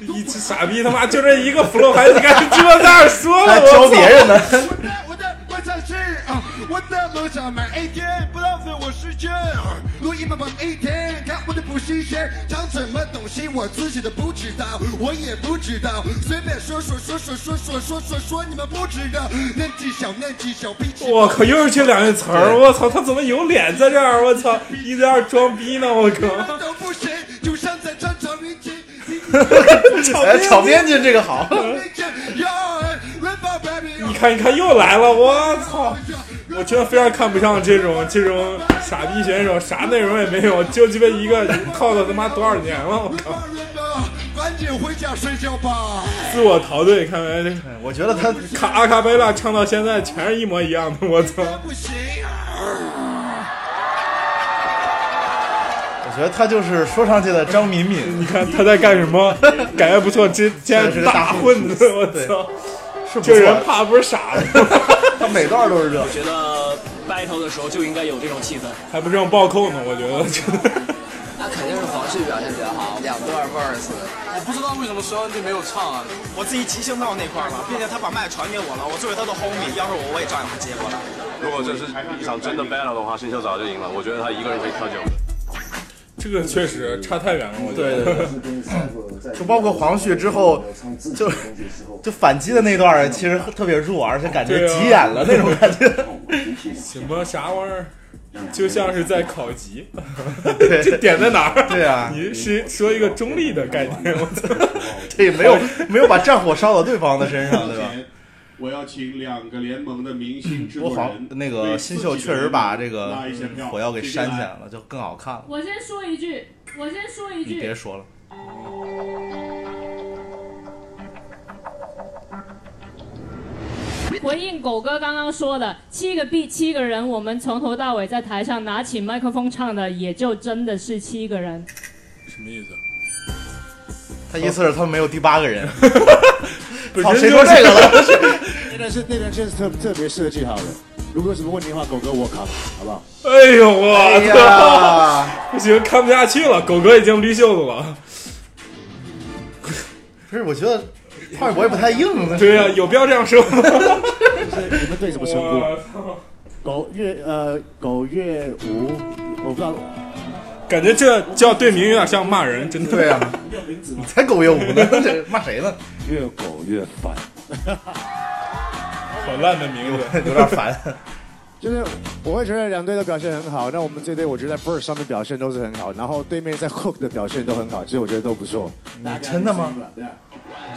一只傻逼他妈就这一个 flow，还敢鸡巴在那儿说 了，还教别人呢我我操的梦想是啊，我的梦想买 A 天，不浪费我时间。录音满满 A 天，看我的补习天，讲什么东西我自己都不知道，我也不知道，随便说说说说说说说说说，你们不知道。嫩技巧，嫩技巧，比起 我靠，又是这两句词儿，我操，他怎么有脸在这儿？我 操，一直在那儿装逼呢，我靠。都不行，就像在战场面前。哎，炒编辑这个好。 你看，你看，又来了！我操！我真的非常看不上这种这种傻逼选手，啥内容也没有，就鸡巴一个靠了他妈多少年了！我靠，赶紧回家睡觉吧。自我陶醉，看来这哎我觉得他卡阿卡贝拉唱到现在全是一模一样的，我操！我觉得他就是说唱界的张敏敏。你看他在干什么？感觉不错，这竟然是个大大混子，我操！是不这错人怕 不是傻子，他每段都是这我。觉得 battle 的时候就应该有这种气氛。还不让暴扣呢？我觉得。那肯定是黄旭表现比较好，两段 verse。我不知道为什么肖恩弟没有唱啊，我自己即兴到那块儿了，并且他把麦传给我了，我作为他的 homie，要是我我也照样接过来。如果这是一场真的 battle 的话，新秀早就赢了。我觉得他一个人可以喝酒。这个确实差 太远了，我觉得。就包括黄旭之后，就就反击的那段儿，其实特别弱，而且感觉对啊急眼了那 种感觉。什么啥玩意儿，就像是在 考级，对这点在哪儿？对啊你是说一个中立的概念，我操，这也没 有没有把战火烧到对方的身上，对吧？我要请两个联盟的明星制不过作黄人，那个为新自秀己确的实人把这个拉一些票火药给谁删来起来了，就更好看了。我先说一句，我先说一你句，别说了，回应狗哥刚刚说的，七个 B 七个人，我们从头到尾在台上拿起麦克风唱的，也就真的是七个人。什么意思？他意思是他们没有第八个 人。操，人谁就说这个了？ 那段是那段真是特特别设计好的。如果有什么问题的话，狗哥我扛，好不好？哎呦我哎操呀， 不行，看不下去了，狗哥已经捋袖子了。不是，我觉得跨国也不太硬。对呀、有必要这样 说吗？你们队怎么称呼？狗月呃，狗月吴，我不 知道。感觉这叫队名有点像骂人，真的。对呀啊你才狗月舞呢， 这骂谁呢？越狗越 烦。好烂的名字， 有点 烦。 就是我会觉得两队的表现很好，那我们这队我觉得在 verse 上面表现都是很好，然后对面在 hook 的表现都很好，其实我觉得都不错。你真的 吗？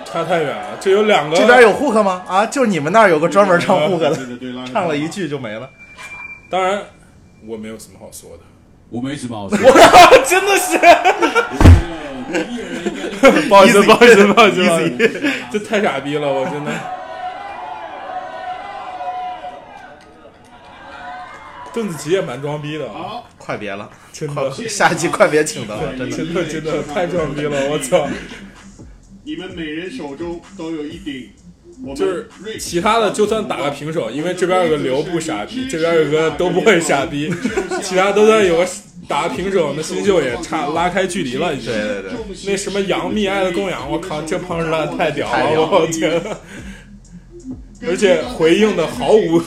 差太远了，这有两个。这边有 hook 吗？啊，就你们那儿有个专门唱 hook 嗯对对对拉的，个唱了一句就没了。当然，我没有什么好说的。我没什么好说。真的是，不好意思， Easy 不好意思，不好意思 Easy 不好意思，这太傻逼了，我真的。邓紫棋也蛮装逼的啊，快别了，真的，快下一期快别请他了真的真的真的太装逼了，我操！你们每人手中都有一顶，我们就是其他的就算打个平手，因为这边有个刘不傻逼，这边有个都不会傻 逼，其他都算有个打个平手，那新秀也差拉开距离了已经。对对对，那什么杨幂爱的供养，我靠，这胖子拉得太屌了，我觉得。而且回应的毫无，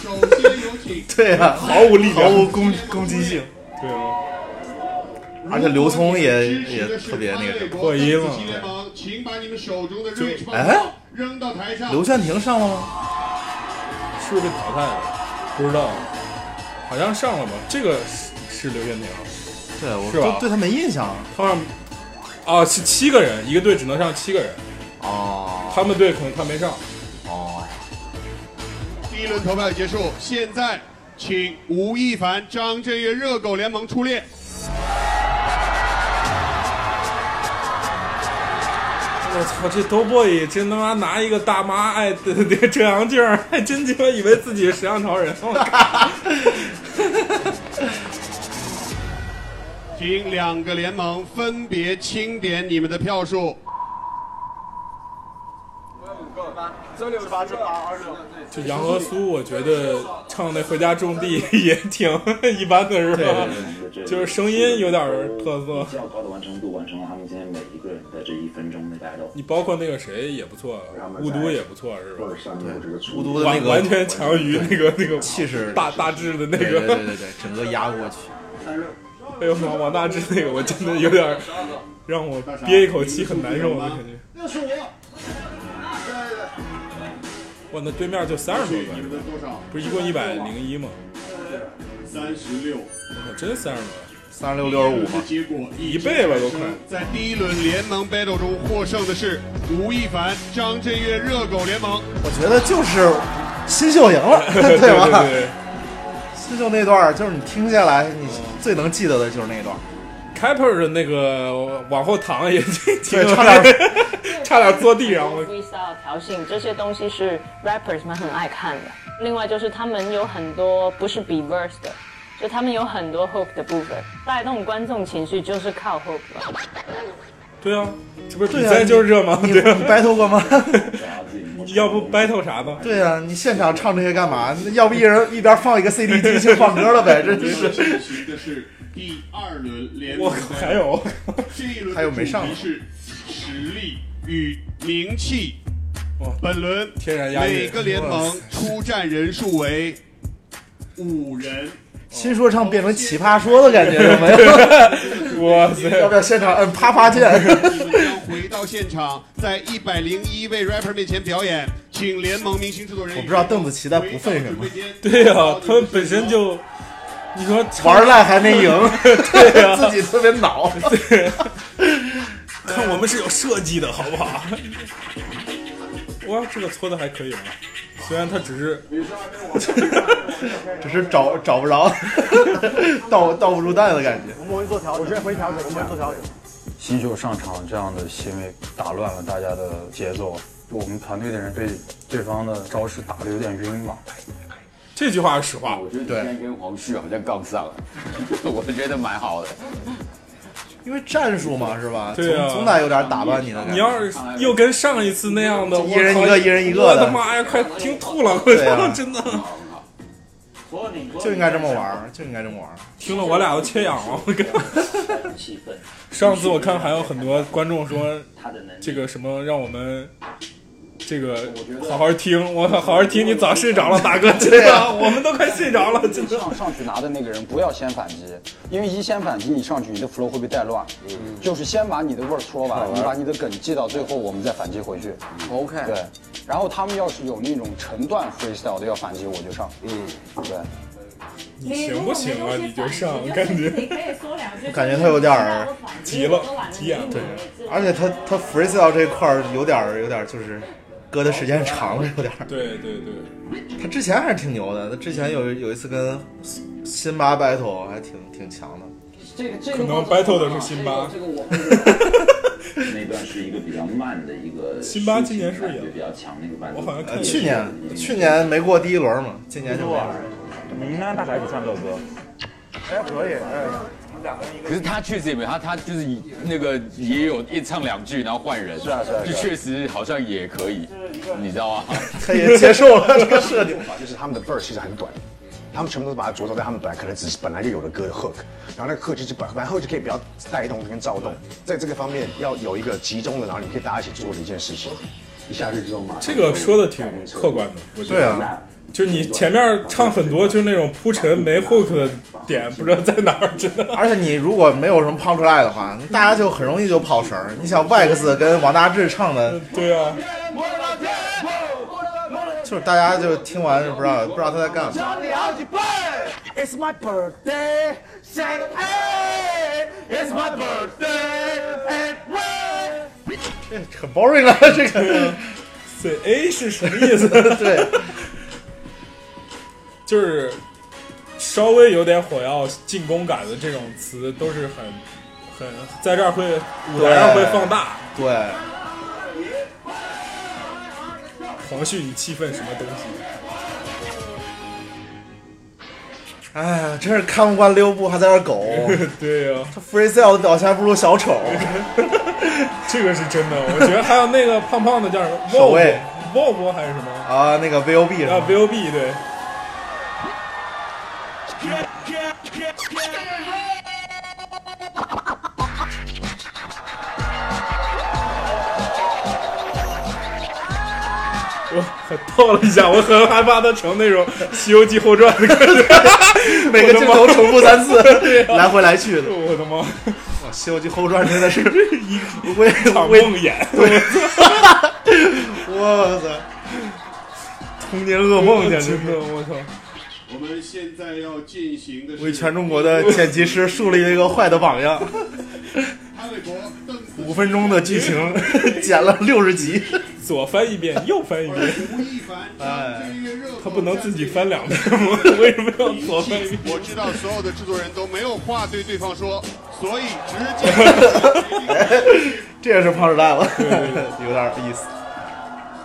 对啊，毫无力量，毫无攻攻击性，对啊，而且刘聪也也特别那个什么破音了联盟，请把你们手中的 range 哎扔到台上。刘炫廷上了吗？是不是被淘汰了？不知道，好像上了吧？这个是是刘炫廷，对我是吧都对他没印象。他上啊是七个人，一个队只能上七个人。哦，他们队可能他没上。哦，第一轮投票已结束，现在请吴亦凡、张震岳热狗联盟出列。我哎操，这 b 波 y 真他妈拿一个大妈爱的那个遮阳镜儿，还真鸡巴以为自己是时尚潮人。我靠请两个联盟分别清点你们的票数。这六十八，这八二十六。就杨和苏，我觉得唱那《回家种地》 也挺一般 的，是吧？就是声音有点儿特色。 较高的完成度完成了他们今天每一个人的这一分钟的 battle。你包括那个谁也不错，啊雾都也不错，是吧？雾都的那个完完全强于那个那个气势，大大致的那对个。对对对对，整个压过去。 哎呦王王大治那个，我真的有点儿让我憋一口气很难受的感觉。那是我。哇，那对面就三十多个，是吧不是一共一百零一吗？三十六，真三十多，三十六六十五嘛，结果一倍吧都快。在第一轮联盟 battle 中获胜的是吴亦凡、张震岳热狗联 盟。我觉得就是新秀赢了，对对吧？对对新秀那段儿就是你听下来，你最能记得的就是那段儿。 Kepler 的那个往后躺也挺差点儿差点儿坐地上，我 freestyle 调性这些东西是 rappers 们很爱看的。另外就是他们有很多不是 be verse 的，就他们有很多 hook 的部分，带动观众情绪就是靠 hook 了。对啊，这不是比对啊赛就是这吗？你 对啊你 battle 过吗？ 要不 battle 啥呢？对啊呀、你现场唱这些干嘛？那要不一人一边放一个 CD 机去放歌了呗？真是。 进行的是第二轮联盟我 battle。靠还有这一轮的还有没上主题是实力与名气。本轮天然押韵每个联盟出战人数为五人。新说唱变成奇葩说的感觉有没有？ 哇塞！要不要现场摁啪啪键？ 回到现场，在一百零一位 rapper 面前表演，请联盟明星制作人我不知道邓紫棋在不忿什么。对啊呀、他们本身就，你说玩儿赖还没赢 对啊呀、 自己特别恼。对，看我们是有设计的，好不好？哇，这个搓的还可以吧？虽然他只是，只是找找不着，倒倒不出蛋的感觉。我们回去做调整，我现在回去调整，我们做调整。新秀上场这样的行为打乱了大家的节奏，我们团队的人被对方的招式打得有点晕吧。这句话是实话。我觉得对今天跟黄旭好像杠上了， 我觉得蛮好的。因为战术嘛，是吧？对啊总总得有点打扮你的感觉。你要是又跟上一次那样的，一我靠人一个一人一个的我他妈呀，快听吐了，我对操，啊真的，就应该这么玩儿，就应该这么玩儿。听了我俩都缺氧了，我靠。 上次我看还有很多观众说，这个什么让我们这个好好听，我好好听，你早睡着了，大哥，真对的，啊我们都快睡着了，真的。上上去拿的那个人不要先反击，因为一先反击你上去你的 flow 会被带乱，嗯就是先把你的味儿说好完，玩你把你的梗记到最后，我们再反击回去。嗯 OK 对，然后他们要是有那种成段 freestyle 的要反击我就上，嗯，对。你行不行啊？你就上，我感觉，我感觉他有点儿急了，急眼了。对，而且他他 freestyle 这块儿有点儿有点儿就是，搁的时间长了有点儿。 对对对，他之前还是挺牛的，他之前有有一次跟辛巴 battle 还挺挺强的。这个这可能 battle 的是辛巴。 那段是一个比较慢的一个，辛巴今年是也比较强那个版本。我呃去年去年没过第一轮嘛，今年就过了。你们让大家一起唱这首歌，哎，可以，哎，呃可是他确实也没有他，他就是那个也有一唱两句，然后换人，是啊是啊是啊就确实好像也可以，你知道吗？他也接受了这个设定。 就是他们的 verse 其实很短，他们全部都是把它着重在他们本来可能只是本来就有的歌的 hook，然后那个 hook 就是本本来 hook 就可以比较带动跟躁动，在这个方面要有一个集中的，然后你可以大家一起做的一件事情。一下去之后嘛，这个说的挺客观的，我觉得。对啊，就是你前面唱很多就是那种铺陈没 hook 的点，不知道 在哪儿，真的。而且你如果没有什么 punch line 的话，大家就很容易就跑神儿。你想 Wax 跟王大治唱的，对啊，就是大家就听完就不知道不知道他在干嘛。找你好几倍。It's my birthday, Shanghai. It's my birthday, and when 这很 boring 了，这个。所以啊 A 是什么意 思？对，就是稍微有点火药进攻感的这种词，都是很很在这儿会舞台上会放大。对，黄旭，你气愤什么东西？哎呀，真是看不惯溜布，还在这儿狗。 对呀、他 freestyle 的表现还不如小丑。 这个是真的，我觉得还有那个胖胖的叫什么？守卫沃波还是什么？啊，那个 VOB 是吧啊，VOB 对。我很透了一下，我很害怕它成那种《西游记后传》的感 觉，每个镜头重复三次 对啊来回来去的我的妈！哇《西游记后传》真的 是一为场为梦魇，对，我操，童年噩梦简直真。的，我操！我们现在要进行的是为全中国的剪辑师树立了一个坏的榜样。 五分钟的剧情 剪了六十集， 左翻一遍，右翻一遍。哎，他不能自己翻两遍吗？为什么要左翻一遍？我知道所有的制作人都没有话对对方说，所以直接这也是胖纸蛋了，对有点意思。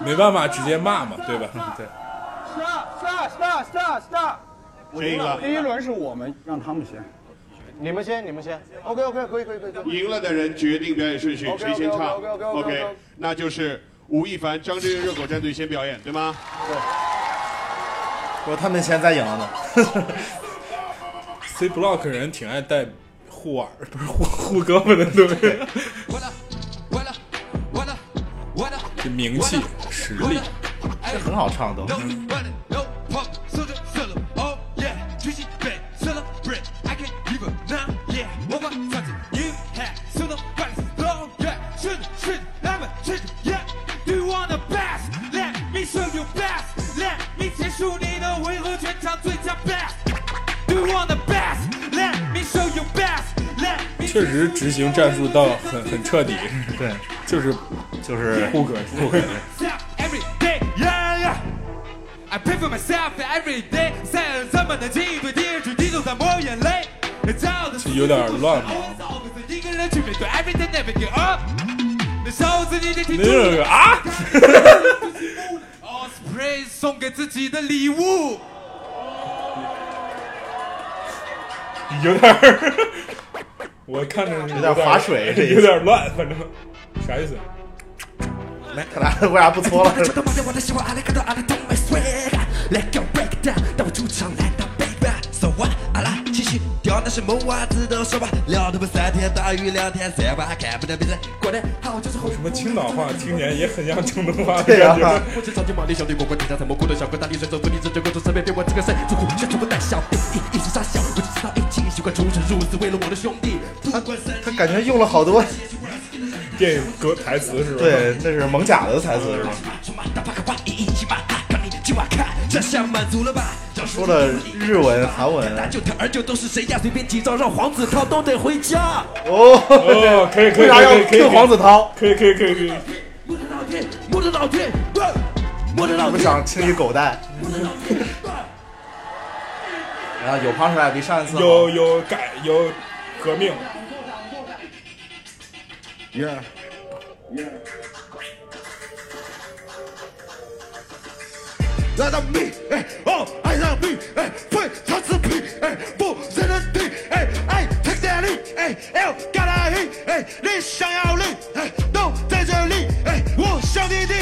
没办法，直接骂嘛，对吧？对。 stop, stop, stop, stop。我赢了第一轮是我们，让他们先。你们先，你们先。OK OK，可以可以可以。可以赢了的人决定表演顺序， OK，OK，OK，OK，OK，OK，OK，OK 谁先唱 OK，OK，OK，OK，OK 那就是吴亦凡、张震岳、热狗战队先表演，对吗？我他们现在赢了呢。 C Block 人挺爱带护耳，不是护护胳膊的，对不对？这名气、实力，这很好唱都。Oh, 确实执行战术到很很彻底。对，就是就是护胳护 胳。 Every day, yeah, yeah. I pray for myself every day，赛尔怎么能进一对电视低头在抹眼泪？骄傲的这有点乱吧？一个人去面对 everything never give up。那小子，你得听那个啊 Osprey 送给自己的礼物。有点儿，我看着有有点划水这意思有点乱，反正啥意思？来，看他为啥不搓了？ Let go break down，带我出场来到 baby。So what？阿拉继续屌，那是梦话，值得说吧。聊他妈三天大雨两天晒吧，看不得别人过得好就是好。什么青岛话听起来也很像成都话的对啊感觉。我是超级玛丽小女，我管你他怎么过得小哥大力水手，做你这这各种身边别我这个身，祝福却全部带笑，一一直傻笑，我就知道一起习惯出神入死，为了我的兄弟。他感觉用了好多电影歌台词是吧？对，那是蒙甲的台词是吧？这下满足了吧？说了呃日文、韩文，就他儿就都是谁呀？随便几招让黄子韬都得回家。哦，可以可以，为啥要可以可以 Q 黄子韬？可以可以可以可以。我的老天，我的我老们天，想清理狗 蛋。然后有胖出来比上一次好有有改有革命。 Yeah. Let them be, eh, oh, I love me, eh, play, touch the beat, eh, boom, to the beat, eh, I take that lead, eh, L, gotta hit, eh, 你想要力，哎，都在这里，哎，我想你的，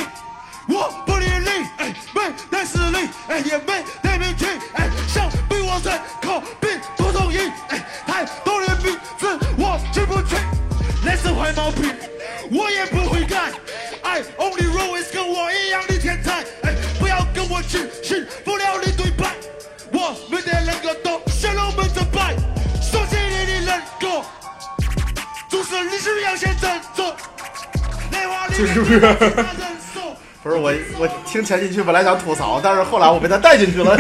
我不理你，哎，没带实力，哎，也没带名气，哎，想逼我在靠边多统一，哎，太多人名字我记不清，那是坏毛病，我也不会干，哎，Only Road is 跟我一样的天才，哎。不要跟我去信不了你对白。我们的人格都向我们崇拜，熟悉你的人格，总是你需要先振作。内化这是不是？ 不是我，我听前几句本来想吐槽，但是后来我被他带进去 了。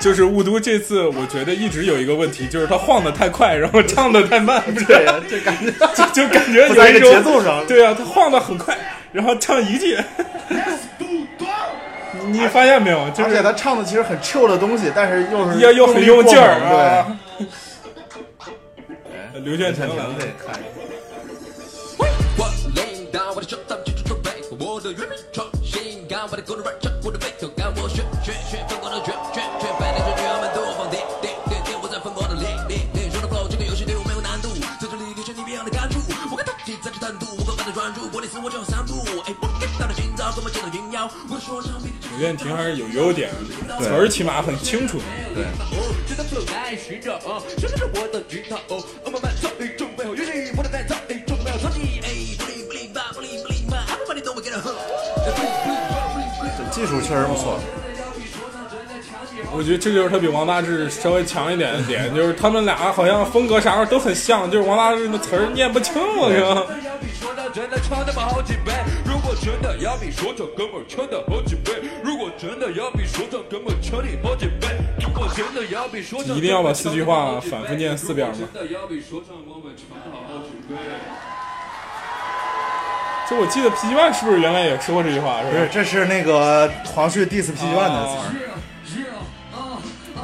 就是雾都这次，我觉得一直有一个问题，就是他晃的太快，然后唱的太慢，不是？这感觉就 就感觉不在一有个一种节奏上哎对啊，他晃的很快，然后唱一句，你你发现没有？就是而且他唱的其实很 chill 的东西，但是又是要又很用劲儿啊对。 刘建成来了，我领导，我的手掌举出准备，我的原名创新高，我的工作软我的背头高，我学学学疯狂的学学学，百年学学满肚放电电电电，我在疯狂的练练练，说的 flow 这个游戏对我没有难度，在这里你全你别样的感触，我跟他一起在这探路，我跟他的专注，国内生活就有三度，哎，我跟他的寻找，怎么见到云妖，我说唱比刘建廷还是有优点，的，词儿起码很清楚。对，哦，只能走来寻找哦，这就是我的吉他哦，我慢慢造一种美好乐器，我的再造一种美好传奇，哎，不灵不灵吧，不灵不灵吧，everybody know we get a hook。这技术确实不错。我觉得这就是他比王大治稍微强一点的点，就是他们俩好像风格啥玩意儿都很像，就是王大治的词儿念不清了，是吧？要比说唱真的差那么好几倍，如果真的要比说唱哥们儿强的好几倍，如果真的要比说唱哥们儿强的好几倍，如果真的要比说唱一定要把四句话反复念四遍吗？真的要比说唱哥们儿强的好几倍。就我记得 PG One 是不是原来也说过这句话？是不吧是，这是那个黄旭 diss PG One 的词儿。啊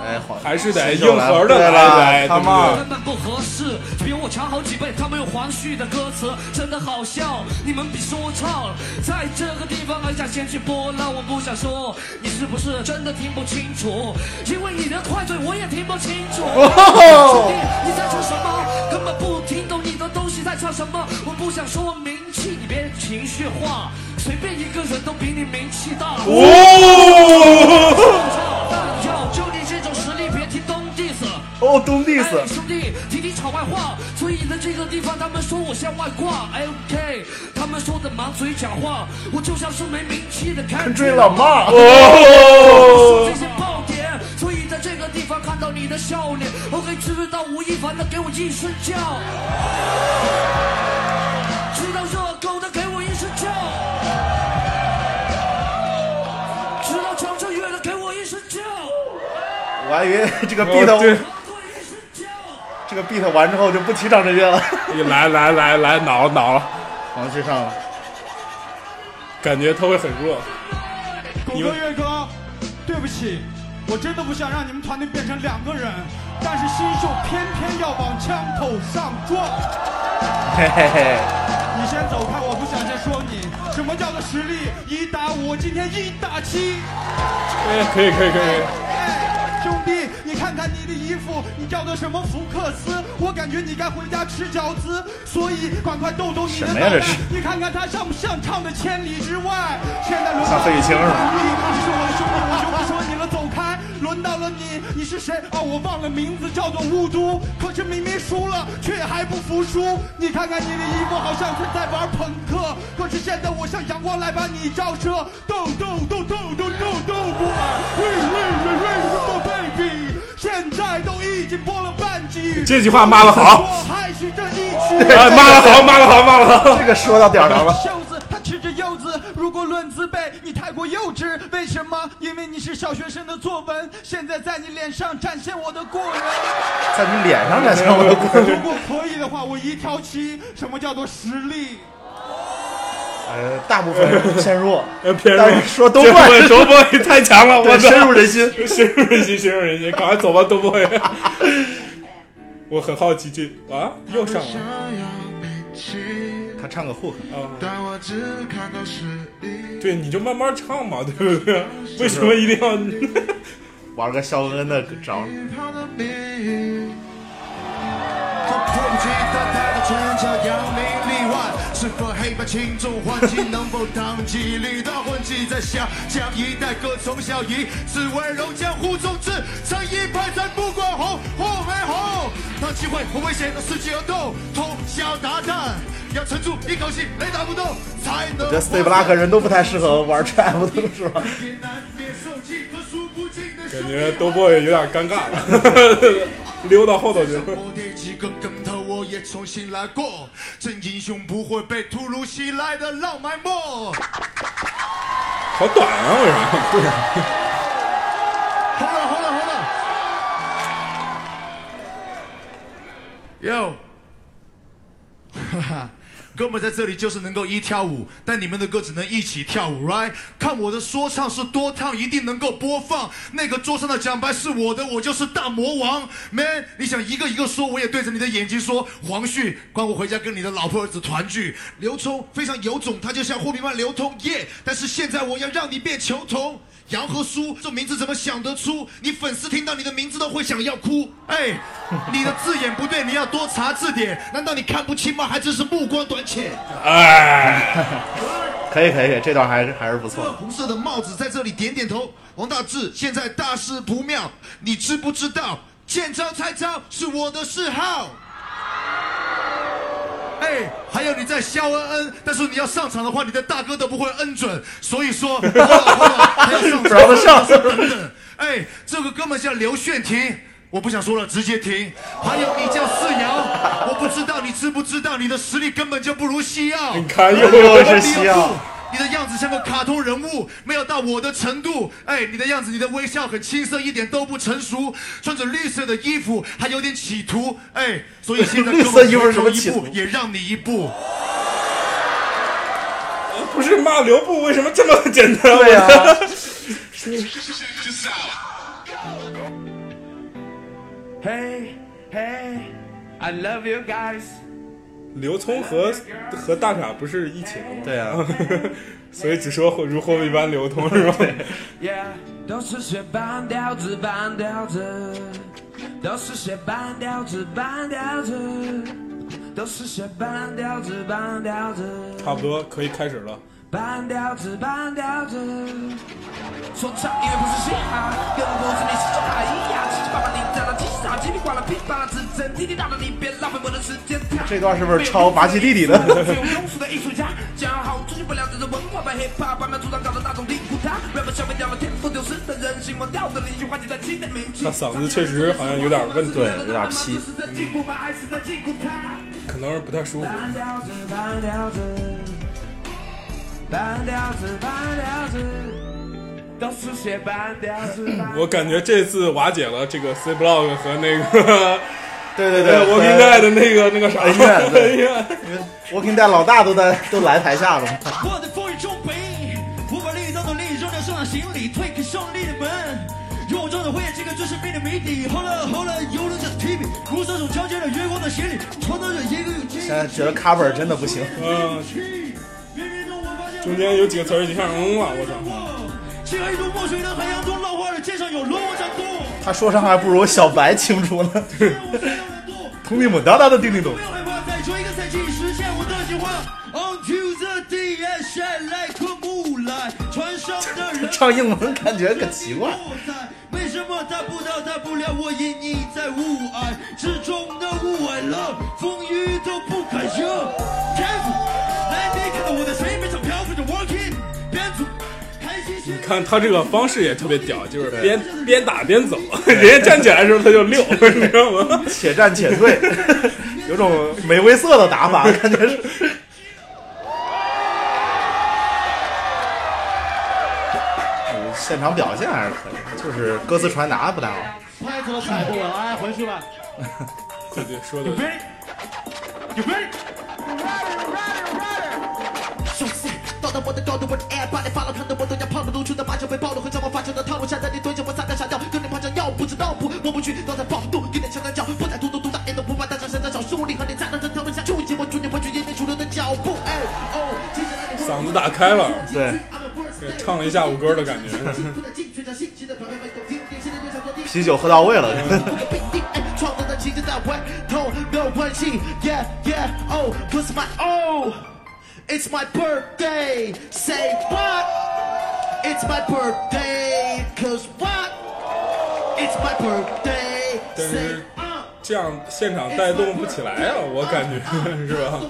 哎，黄还是得新秀硬来核了的对来一来了，对不对妈根本不合适，比我强好几倍。他们有黄旭的歌词，真的好笑。你们比说唱，在这个地方按下先去波浪，我不想说，你是不是真的听不清楚？因为你的快嘴我也听不清楚。哦兄弟，你在唱什么？根本不听懂你的东西在唱什么。我不想说名气，你别情绪化，随便一个人都比你名气大。哦要就你这种实力，别听东 diss。哦，东弟哎兄弟，听你场外话，所以呢，这个地方他们说我像外挂。哎 OK，他们说的满嘴讲话，我就像是没名气的看追老妈说这些爆点，所以在这个地方看到你的笑脸，OK，知道吴亦凡的给我一身叫，知道热狗的给我一身叫，知道张震岳的给我一身叫。我还以为这个 beat 对这个 beat 完之后就不提张震岳了。一来来来来，挠挠了，黄旭上了，感觉他会很弱。狗哥、岳哥，对不起，我真的不想让你们团队变成两个人，但是新秀偏偏要往枪口上撞。嘿嘿嘿，你先走开，我不想再说你。什么叫做实力？一打五，我今天一打七。哎，可以可以可以，兄弟，你看看你的衣服，你叫做什么福克斯？我感觉你该回家吃饺子，所以赶快动动你的脑什么呀这袋是。你看看他像不像唱的《千里之外》？现在 轮到像费玉清是吧你是我的兄弟，我就不说你了，走开。轮到了你，你是谁？哦，我忘了名字，叫做雾都。可是明明输了，却还不服输。你看看你的衣服，好像是在玩朋克，可是现在我像阳光来把你照射。斗斗斗斗斗斗斗不满，喂喂喂喂斗 baby，现在都已经播了半集。这句话骂得好 我还是这一曲。 哎，骂的好，骂的好，骂的好，这个 说到点儿上了。袖子，他吃着柚子。如果论资辈，你太过幼稚。为什么？因为你是小学生的作文，现在在你脸上展现我的过人。在你脸上展现我的过人如果可以的话，我一挑七。什么叫做实力？ 呃，大部分人偏 弱，呃偏弱但是说东这冠东东冠也太强 了，对我操深入人心，深入人心，深入人心，赶快走吧，东 boy。我很好奇这啊又上想了，要笔记，他唱个 hook 啊，但我只看到是一。对，你就慢慢唱嘛，对不对？为什么一定要玩个肖恩的招？他的命迫不及待待到全场扬名立万，是否黑白轻重缓急能否当机立断混迹在湘江一带，哥从小以此为荣，江湖中志，成一派咱不管红或没红，当机会和危险的伺机而动，通宵达旦，要沉住一口气，雷打不动，才能。我觉得斯蒂布拉克人都不太适合玩 trap 的是吧？感觉都不会有点尴尬了， 溜到后头去。第几个跟头我也重新来过，真英雄不会被突如其来的浪埋没。好短啊，为啊啥？好了好了好了。 哟，哈哈，哥们在这里就是能够一跳舞，但你们的歌只能一起跳舞，right？看我的说唱是多趟，一定能够播放。那个桌上的奖牌是我的，我就是大魔王。Man，你想一个一个说，我也对着你的眼睛说。黄旭，管我回家跟你的老婆儿子团聚。刘聪非常有种，他就像货币般流通耶。但是现在我要让你变球童。杨和苏这名字怎么想得出？你粉丝听到你的名字都会想要哭。哎， 你的字眼不对，你要多查字典。难道你看不清吗？还真是目光短浅。哎， 可以可以，可以，这段还是还是不错 的。红色的帽子在这里点点头。王大治，现在大事不妙，你知不知道？见招拆招是我的嗜好。哎，还有你在肖恩恩，但是你要上场的话，你的大哥都不会恩准，所以 说，我老婆还要上场， 不让他上等等。 哎，这个哥们叫刘炫廷，我不想说了，直接停。还有你叫四瑶， 我不知道你知不知道，你的实力根本就不如西药。哎你看又又是西奥。你的样子像个卡通人物，没有到我的程度。哎，你的样子，你的微笑很青涩，一点都不成熟。穿着绿色的衣服，还有点企图。哎，所以 现在绿色衣服是什么企一图步也让你一步。 不是骂刘布为什么这么简单？对啊呀我操 Hey, hey, I love you guys。刘聪和和大傻不是一起的吗？对啊， 所以只说如货币般流通是吧？ Yeah，都是些半吊子，半吊子，都是些半吊子，半吊子，都是些半吊子，半吊子，差不多可以开始了。半吊子，半吊子。说唱音乐不是嘻哈，根本不是你是嘻哈咿呀，七七八八你站到七傻，叽里呱啦噼啪啦，只争天天大的你别浪费我的时间。这段是不是抄拔起 弟弟的？庸俗的艺术家，讲好追求不了这种文化版 hiphop，把主张搞得大众低估他，rap 消费掉了天赋丢失的人性，忘掉的理性化解在期待名气。他嗓子确实好像有点问题，对有点劈，可能是不太舒服。半吊子，半吊子，半吊子，半吊子，都是些半吊子。我感觉这次瓦解了这个 C Block 和那个，对 对对我和明白哎的那个那个啥恩怨对 恩怨因为 Walking Dead 老大都在都来台下了嘛。我的风雨中北，我把力当作力，扔掉收纳行李，推开胜利的门。用我装的火焰，这个就是命的谜底。后来后来，游轮的提笔，无数种交接着月光的洗礼，传达着一个勇气。现在觉得 cover 真的不行。嗯，中间有几个词儿一下嗯了，我操！漆黑如墨水的海洋中，浪花的街上有龙王在动。他说唱还不如小白清楚呢。 咚叮咚当当的叮叮咚。再说一个赛季实现我的计划。On to the day and shine like a moonlight，船上的人唱英文感觉很奇怪。为什么大不了大不了我隐匿在雾霭之中的雾霭了，风雨都不敢惹。Careful，来你看到我的身影，上漂浮着 walking，编组开心心你。看他这个方式也特别屌，就是边边打边走， 人家站起来的时候他就溜， 你知道吗？且战且退，有种玫瑰色的打法，感觉是。呃现场表现还是可以，就是歌词传达不太好。拍子都踩不稳，哎，回去吧。对对，说的。 You ready? 首先到达我的高度，我的 air 把你发了，看到我都要胖不如出的麻将被暴露，和张我发球的套路，现在你蹲下我撒个傻尿，跟你夸张要不知道不，我不去，都在暴怒，有点像在叫，不再嘟嘟嘟大言的无完全颠覆主流的脚步。哎哦，接下来你会嗓子打开了，对，唱了一下午歌的感觉。啤酒喝到位了。创造的奇迹在外头没有关系。Yeah yeah oh，不是 my oh。It's my birthday. Say what? It's my birthday. Cause what? It's my birthday. 但是这样现场带动不起来啊，我感觉 是吧？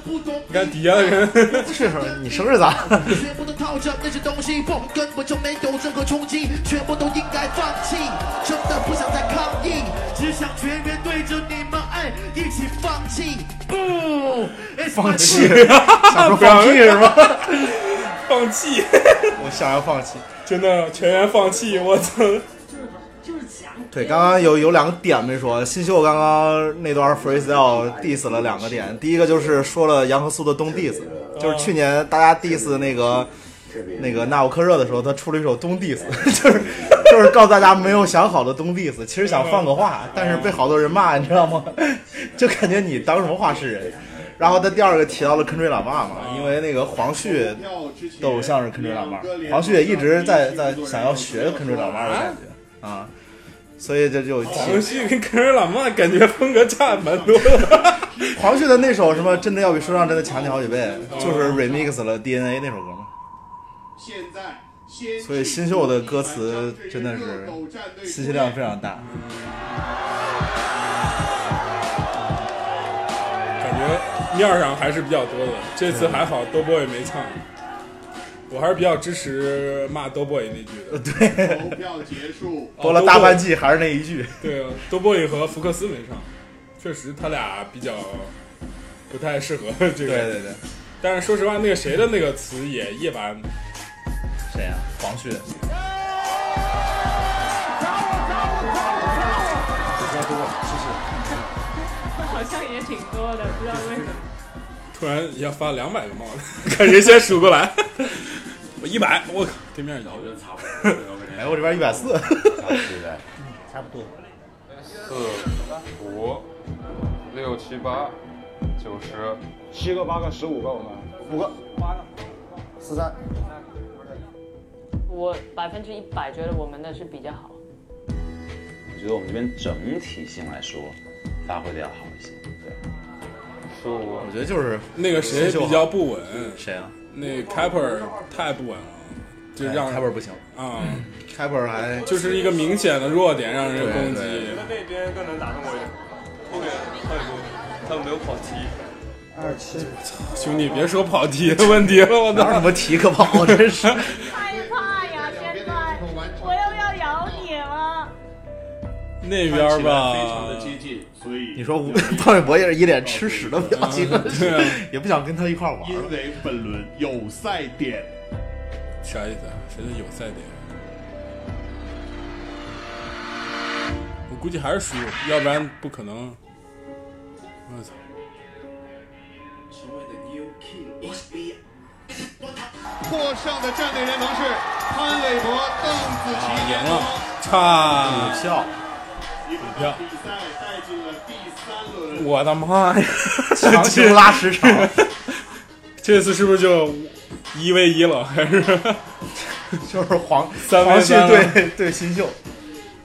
你看底下的人，是你生日咋？全部都套着那些东西，不根本就没有任何冲击，全部都应该放弃。真的不想再抗议，只想全员对着你们爱一起放弃。不，哎放弃 想说放屁是吗？放弃， 我想要放弃，真的全员放弃，我操！对，刚刚有有两个点没说，新秀刚刚那段 freestyle diss 了两个点，第一个就是说了杨和苏的东 diss，就是去年大家 diss 那个那个纳吾克热的时候，他出了一首东 diss，就是 就是告诉大家没有想好的东 diss，其实想放个话，哦但是被好多人骂，你知道吗？ 就感觉你当什么话事人。然后他第二个提到了 country 喇叭嘛，因为那个黄旭的偶像是 country 喇叭，黄旭也一直在在想要学 country 喇叭的感觉啊。所以这就黄旭跟坑人老妈感觉风格差蛮多的。黄旭的那首什么真的要比说唱真的强你好几倍，就是 remix 了 DNA 那首歌嘛。现在先所以新秀的歌词真的是信息量非常大。感觉面儿上还是比较多的。这次还好，多 boy 没唱。我还是比较支持骂多 boy 那句的。对，投票结束，播了大半季还是那一 句。对啊，多 boy 和福克斯没上，确实他俩比较不太适合这个。对对对。但是说实话，那个谁的那个词也一般。谁呀、黄旭。好像也挺多的，不知道为什么。突然一下发两百个帽子， 看谁先数 过来。我一百，我靠，对面有。 哎，我这边一百四。差不多。四、五、六、七、八、九十，七个、八个、十五个，我们五个、八个、十三。我百分之一百觉得我们的是比较好。我觉得我们这边整体性来说，发挥的要好一些。十五。我觉得就是那个谁比较不稳。谁啊？那 Kapper 太不稳了，就让哎，Kapper 不行啊。 Kapper 还就是一个明显的弱点，让人对攻击。对那边更能打动我一点。后面快点，他们没有跑题。二七，兄弟，别说跑题的问题了，我哪有什么题可跑？真是。害怕呀！现在我又要咬你了。那边吧，非常的接近，所以你说 我潘玮柏也是一脸吃屎的表情嗯啊对啊，也不想跟他一块玩。因为本轮有赛点，啥意思啊？谁的有赛点？ 我估计还是输，要不然不可能。我操！获胜的战队联盟是潘玮柏、邓紫棋联赢了盟。，差股票，股票，比赛带进了第三轮，我的妈呀！ 强行拉时长， 这次是不是就一 v 一了？还是 就是黄 三 v 黄旭三了对对新秀，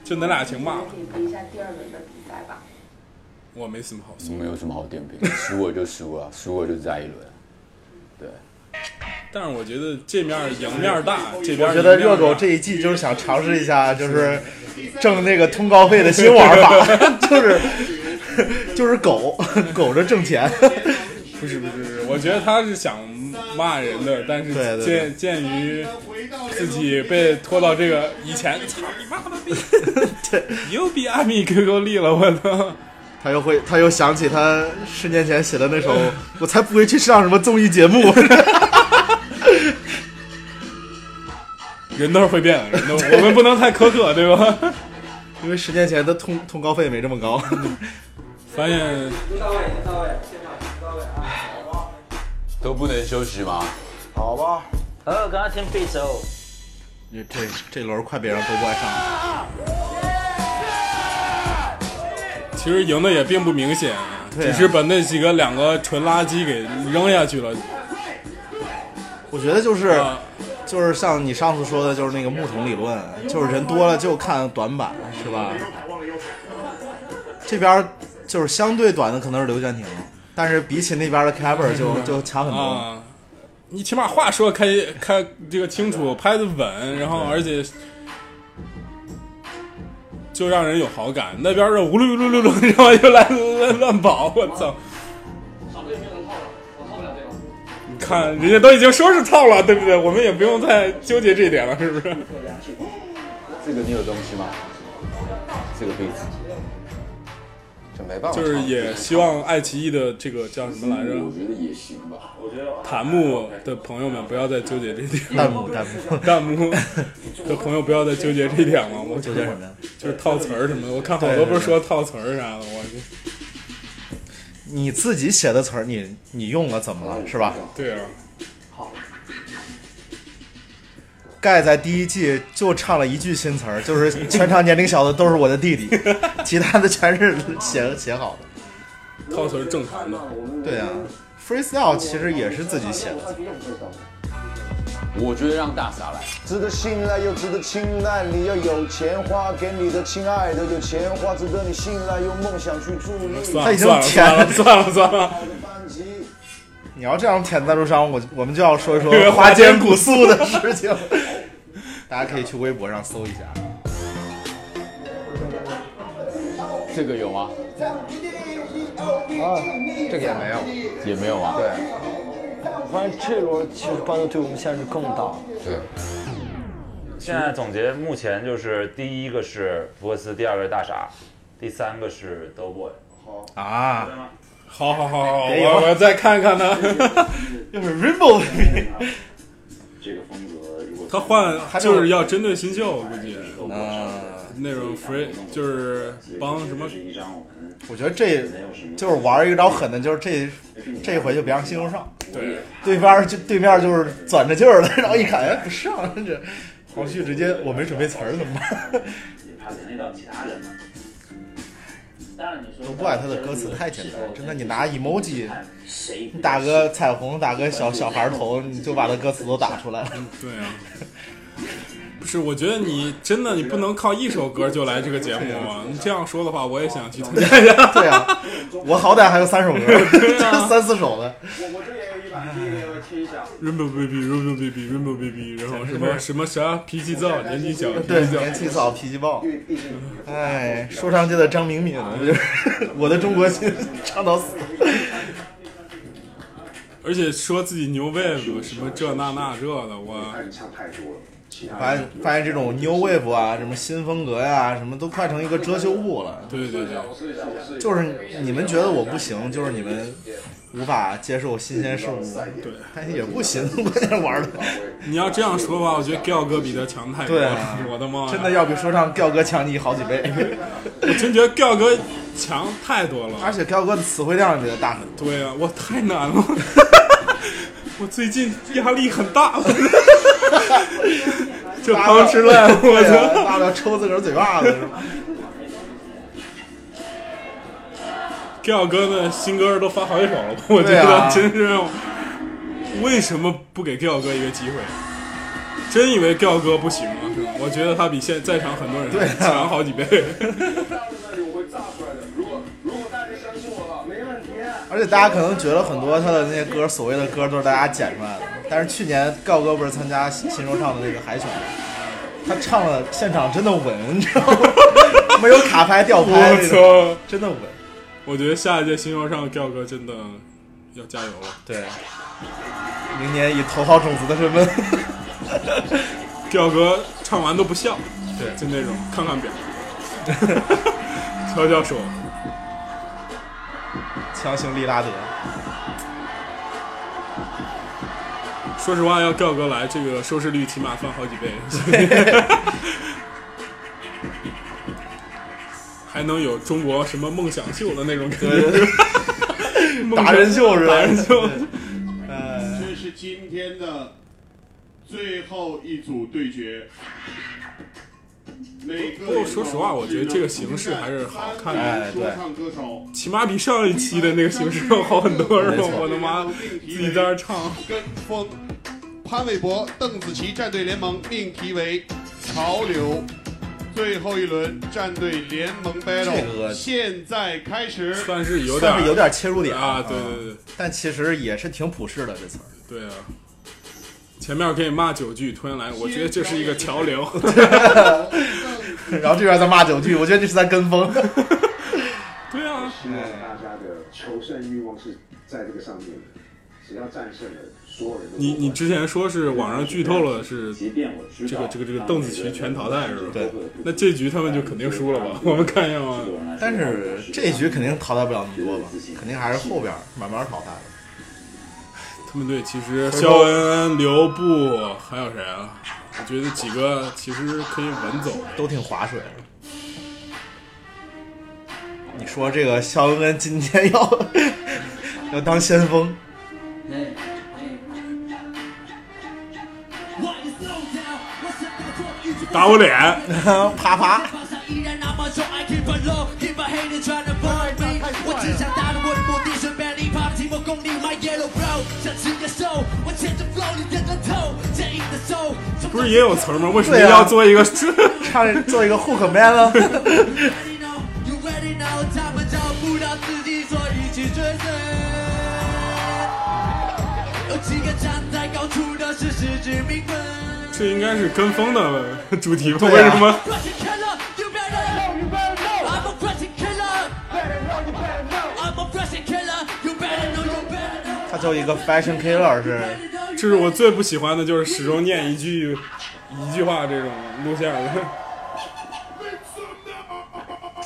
就恁俩行骂了，评一下第二轮的比赛吧。我没什么好说。没有什么好点评，输了就输了，输了就再一轮。对，但是我觉得这面儿赢面儿大，这边我儿觉得赢面儿热狗大这一季就是想尝试一下，就是挣那个通告费的新玩 法，就是就是狗 狗着挣钱。不是不是不是，我觉得他是想骂人的，但是对对对鉴鉴于自己被拖到这个以前，操你妈了逼， 又比阿米 QQ 力了，我操！他又会，他又想起他十年前写的那首《我才不会去上什么综艺节目》 人都是会变的，人都我们不能太苛刻，对吧？ 因为十年前的通通告费没这么高。 发现到位，到位，现场到位啊！都不能休息吗？好吧。呃，刚刚先背手。这这这轮快别让都不爱上了。其实赢的也并不明显啊，对啊只是把那几个两个纯垃圾给扔下去了。我觉得就是，嗯就是像你上次说的，就是那个木桶理论，就是人多了就看短板，是吧？这边儿就是相对短的可能是刘娟婷，但是比起那边的凯尔本嗯就就强很多。啊你起码话说开开这个清楚，拍的稳，然后而且就让人有好感。那边的呜噜噜噜噜，然后就来乱乱跑，我操！你看，人家都已经说是套了，对不对？我们也不用再纠结这一点了，是不是？这个你有东西吗？这个杯子，就没办法。就是也希望爱奇艺的这个叫什么来着？我觉得也行吧。我觉得弹幕的朋友们不要再纠结这一点了，弹幕弹幕 弹幕的朋友不要再纠结这一点了。我纠结什么呀？就是套词儿什么的。我看好对多对不是说套词儿啥的，我这你自己写的词儿，你你用了怎么了，是吧？对啊，盖在第一季就唱了一句新词儿，就是全场年龄小的都是我的 弟弟，其他的全是写写好的。套词儿正常的。对啊，freestyle 其实也是自己写的。我觉得让大傻来。值得信赖又值得青睐，你要有钱花给你的亲爱的，有钱花值得你信赖，用梦想去助力。他已经舔 算了算了。你要这样舔赞助商，我我们就要说一说花花间间古古素素的的事事情情。大家可以去微博上搜一下。这个有吗？啊，这个也没有，也没有啊。对，我发现这轮其实帮助对我们现在是更大。对。现在总结，目前就是第一个是福克斯，第二个是大傻，第三个是 Doughboy。啊，好好好好，别有我我再看看他。哎 又是 Rainbow 这个风格如果他换就是要针对新秀，我估计。啊那种 free 就是帮什么？我觉得这就是玩一个招狠的，就是这这回就别让新秀上，对，对面就对面就是攥着劲儿了，然后一看，哎，不上，这黄旭直接我没准备词儿怎么办？怕连累到其他人嘛。当然你说都怪他的歌词太简单，了，真的，你拿 emoji，你打个彩虹，打个小小孩头，你就把他歌词都打出来了。对啊，不是，我觉得你真的你不能靠一首歌就来这个节目啊！你这样说的话，我也想去参加。 对啊，我好歹还有三首歌，对 啊三四首的。我这也有一版，这个也我听一下。 Rainbow baby，Rainbow baby，Rainbow baby，然后什么什么啥脾气躁，年纪小，对脾气躁年纪早脾气暴。哎，说唱界的张明敏，不就是 我的中国心唱到死。而且说自己牛 wave 什么这那那这的，我发哎现发现这种 new wave 啊，什么新风格呀、什么都快成一个遮羞布了。对对对，就是你们觉得我不行，就是你们无法接受新鲜事物。对，但也不行，关键玩的。你要这样说吧，我觉得 Giao 哥比他强太多对了啊，我的妈呀！真的要比说唱调哥强你好几倍， 我真觉得 Giao 哥强太多了。而且调哥的词汇量也比他大很多。对啊，我太难了， 我最近压力很大了。就刚吃烂，我操，操！大不了啊抽自个儿嘴巴子。 Giao 哥的新歌都发好几首了，我觉对得啊真是，为什么不给 Giao 哥一个机会？啊真以为 Giao 哥不行吗？是吧我觉得他比现在场很多对人啊强好几 倍。而且大家可能觉得很多他的那些歌，所谓的歌都是大家剪出来的。但是去年告哥不是参加新说唱的那个海选，他唱了现场真的稳，你知道吗？没有卡拍吊拍我那种，操，真的稳。我觉得下一届新说唱 Giao 哥真的要加油了。对，啊明年以头号种子的身份， 吊哥唱完都不笑，对，就那种看 看表，敲敲手，强行利拉德。说实话，要吊哥来，这个收视率起码翻好几倍， 还能有中国什么梦想秀的那种感觉， 梦想达人秀是吧达人秀。这是今天的最后一组对决。不过说实话，我觉得这个形式还是好看的。哎对歌手，起码比上一期的那个形式要好很多，是 没吧？错我的妈，自己在那儿唱。跟风。潘玮柏、邓紫棋战队联盟命题为“潮流”。最后一轮战队联盟 battle，、这个现在开始，算是算是有点切入点嗯啊对对对，但其实也是挺普世的这词儿。对啊，前面可以骂九句，突然来，我觉得这是一个潮 流。 然后这边在骂九句，我觉得这是在跟风。对啊，希望大家的求胜欲望是在这个上面的，只要战胜了，所有人都你你之前说是网上剧透了是知这道个这个这个邓紫棋全淘汰是吧？对，那这局他们就肯定输了吧？我 们看一下吧。但是这一局肯定淘汰不了米洛吧，肯定还是后边慢慢淘汰的。他们队其实肖恩 恩、刘步还有谁啊？我觉得几个其实可以稳走，都挺划水。你说这个肖恩恩今天要 要当先锋，打我脸，啪啪。依然那么重，I keep it low，keep it hating trying to burn me。我只想达到我的目的，是 manly party，我攻你 my yellow bro。想吃个瘦，我牵着 flow，你点着头，坚硬的手。不是也有词儿吗？为什么对啊要 做一个？唱做一个 hook man 了？ You ready now？他们找不到自己，所以去追随。有几个站在高处的是实至名归。这应该是跟风的主题吧？啊为什么？ Crushing killer, you better know, you better know. I'm a crushing killer, better know, you better know. I'm a crushing killer, you better know, you better know. 他就一个 fashion killer 是，这是我最不喜欢的，就是始终念一句一句话这种路线 的。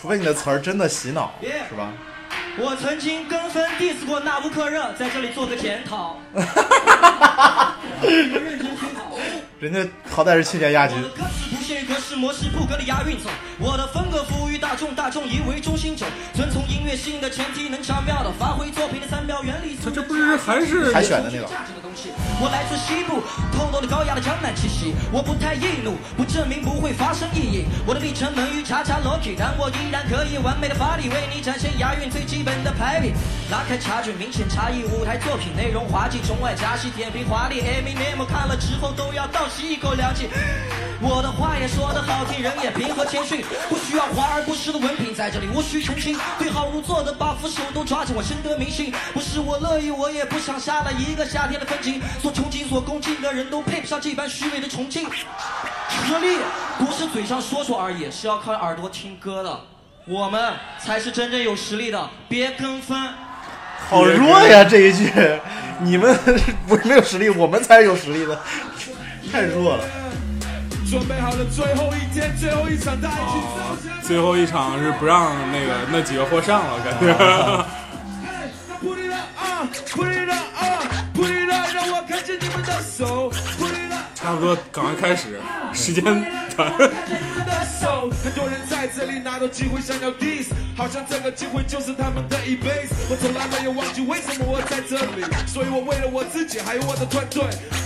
除非你的词儿真的洗脑，是吧？我曾经跟风 diss 过纳布克热，在这里做个检讨。人家好歹是去年亚军，不限于格式模式，不跟的押韵走。我的风格服务于大众，大众以为中心走。遵从音乐性的前提，能巧妙的发挥作品的三标原理。他这不是还是海选的那个价值的东西。我来自西部，透露了高雅的江南气息。我不太易怒，不证明不会发生意义。我的历程门于查查逻辑，但我依然可以完美的发力，为你展现押韵最基本的排比。拉开差距，明显差异。舞台作品内容滑稽，中外夹戏，点评华丽。Eminem 看了之后都要倒吸一口凉气。我的话也说得好听，人也平和谦逊，不需要华而不实的文凭，在这里无需澄清。对号入座的把扶手都抓紧，我深得民心。不是我乐意，我也不想下了一个夏天的风景。所憧憬、所恭敬的人都配不上这般虚伪的崇敬。实力不是嘴上说说而已，是要靠耳朵听歌的。我们才是真正有实力的，别跟风。好弱呀这一句，你们 不是没有实力，我们才是有实力的，太弱了。准备好了最后一天，最后一场大家一起走。最后一场是不让那个那几个货上了，感啊觉。 Put it up, uh, put it up, uh, put it up，让我看见你们的手。Put it up, 差不多，赶快开始，时间短。 你们的手。很多人在这里拿到机会想要 diss，好像这个机会就是他们的一辈子。我从来没有忘记为什么我在这里，所以我为了我自己还有我的团队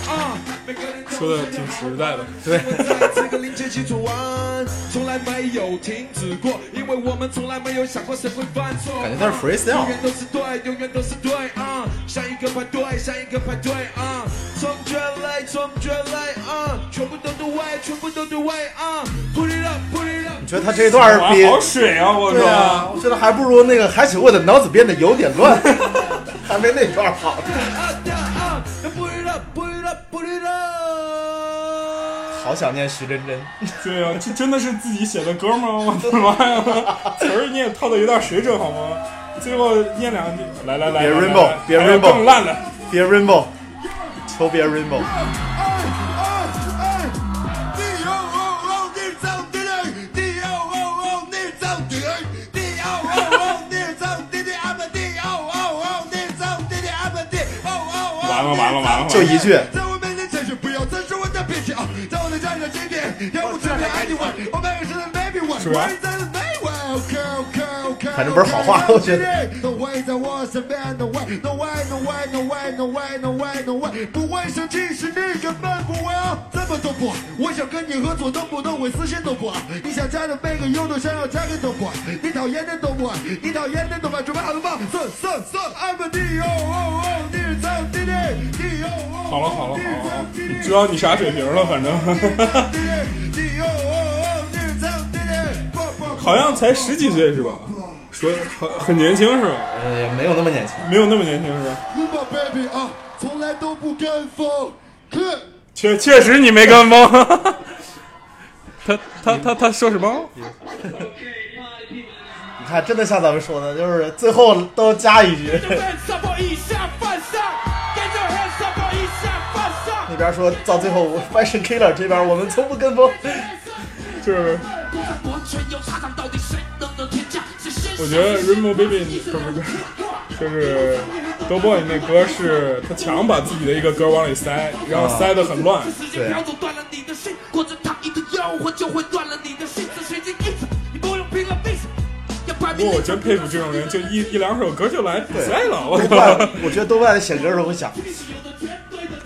啊，每个人都说的挺实在的，对。在这个临界基础玩，从来没有停止过，因为我们从来没有想过谁会犯错。感觉他是 freestyle 永远都是对，永远都是对啊、下一个排队，下一个排队啊、冲决来，冲决来啊、全部都对位，全部都对位啊、put it up，put it up。你觉得他这一段儿比哇好水啊我说对啊，我觉得还不如那个海起我的脑子变得有点乱， 还没那段儿好。 Put it up, put it up, put it up。好想念徐真真，对啊，这真的是自己写的歌吗？ 我的妈呀，词儿你也套的有点水准好吗？最后念两句，来来来，别来 rainbow，来别还有 rainbow，更烂的，别 rainbow，求别 rainbow。oh, 完了完了完了，就一句在我呃面前真是不要，这是我的脾气啊！在我面前的经典，让我特别爱你我，我每个时的 baby 我，我在的 baby 我。反正不是好话，我觉得。 No way, there was a man, no way, no way, no way, no way, no way, no way, no way。不会生气是你根本不会啊，怎么都不。我想跟你合作，能不能我私信都不。你想加的每个优都想要加个都不。你讨厌的都不，你讨厌的都不。准备好了吗？四四四，I'm a D O O O，你哦是苍 D D D O O。好了好了好了，你知道你啥水平了，反正 好像才十几岁是吧？说很很年轻是吧？呃，没有那么年轻，没有那么年轻是吧？你把 baby 啊，从来都不跟风。确确实你没跟风。 他他他他说什么？你看，真的像咱们说的，就是最后都加一句。 那边说到最后我 fashion killer，这边我们从不跟风， 就是。我觉得 Rainbow Baby 不是不是，就是 d o b o y 那歌是他强把自己的一个歌往里塞，然后塞的很乱。啊对啊秒走断了你的心，裹着糖衣的诱惑就会乱了你的心，这神经意志，你不用拼了命。不过我真佩服这种人，就一一两首歌就来比赛了，我豆靠瓣！，我觉得豆瓣在写歌的时候会想，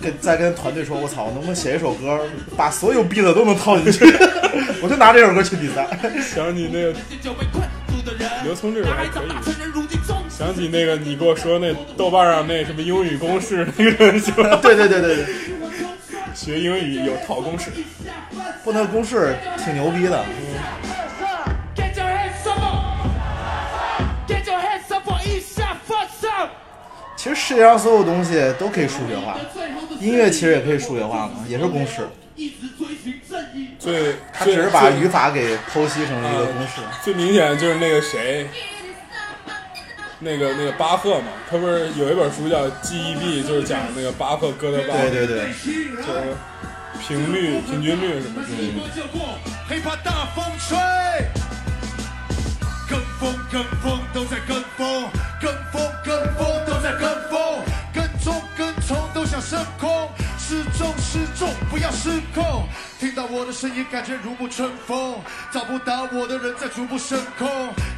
跟再跟团队说，我操，我能不能写一首歌，把所有 beat 都能套进去， 我就拿这首歌去比赛。想起那个刘聪这首还可以，想起那个你给我说那豆瓣上那什么英语公式那个人说，对对对对对，学英语有套公式，不，那个公式挺牛逼的。 Get your hands up! Get your hands up! 一下放上。其实世界上所有东西都可以数学化，音乐其实也可以数学化嘛，也是公式。最他只是把语法给剖析成了一个公式。最明显的就是那个谁，那个那个巴赫嘛，他不是有一本书叫《记忆力》，就是讲那个巴赫、哥德巴对对对就是频率、平均率什么之类的。黑怕大风吹，跟风跟风都在跟风，跟风跟风都在跟风，跟踪跟从都想升空，失踪失重不要失控，听到我的声音感觉如沐春风，找不到我的人在逐步升空，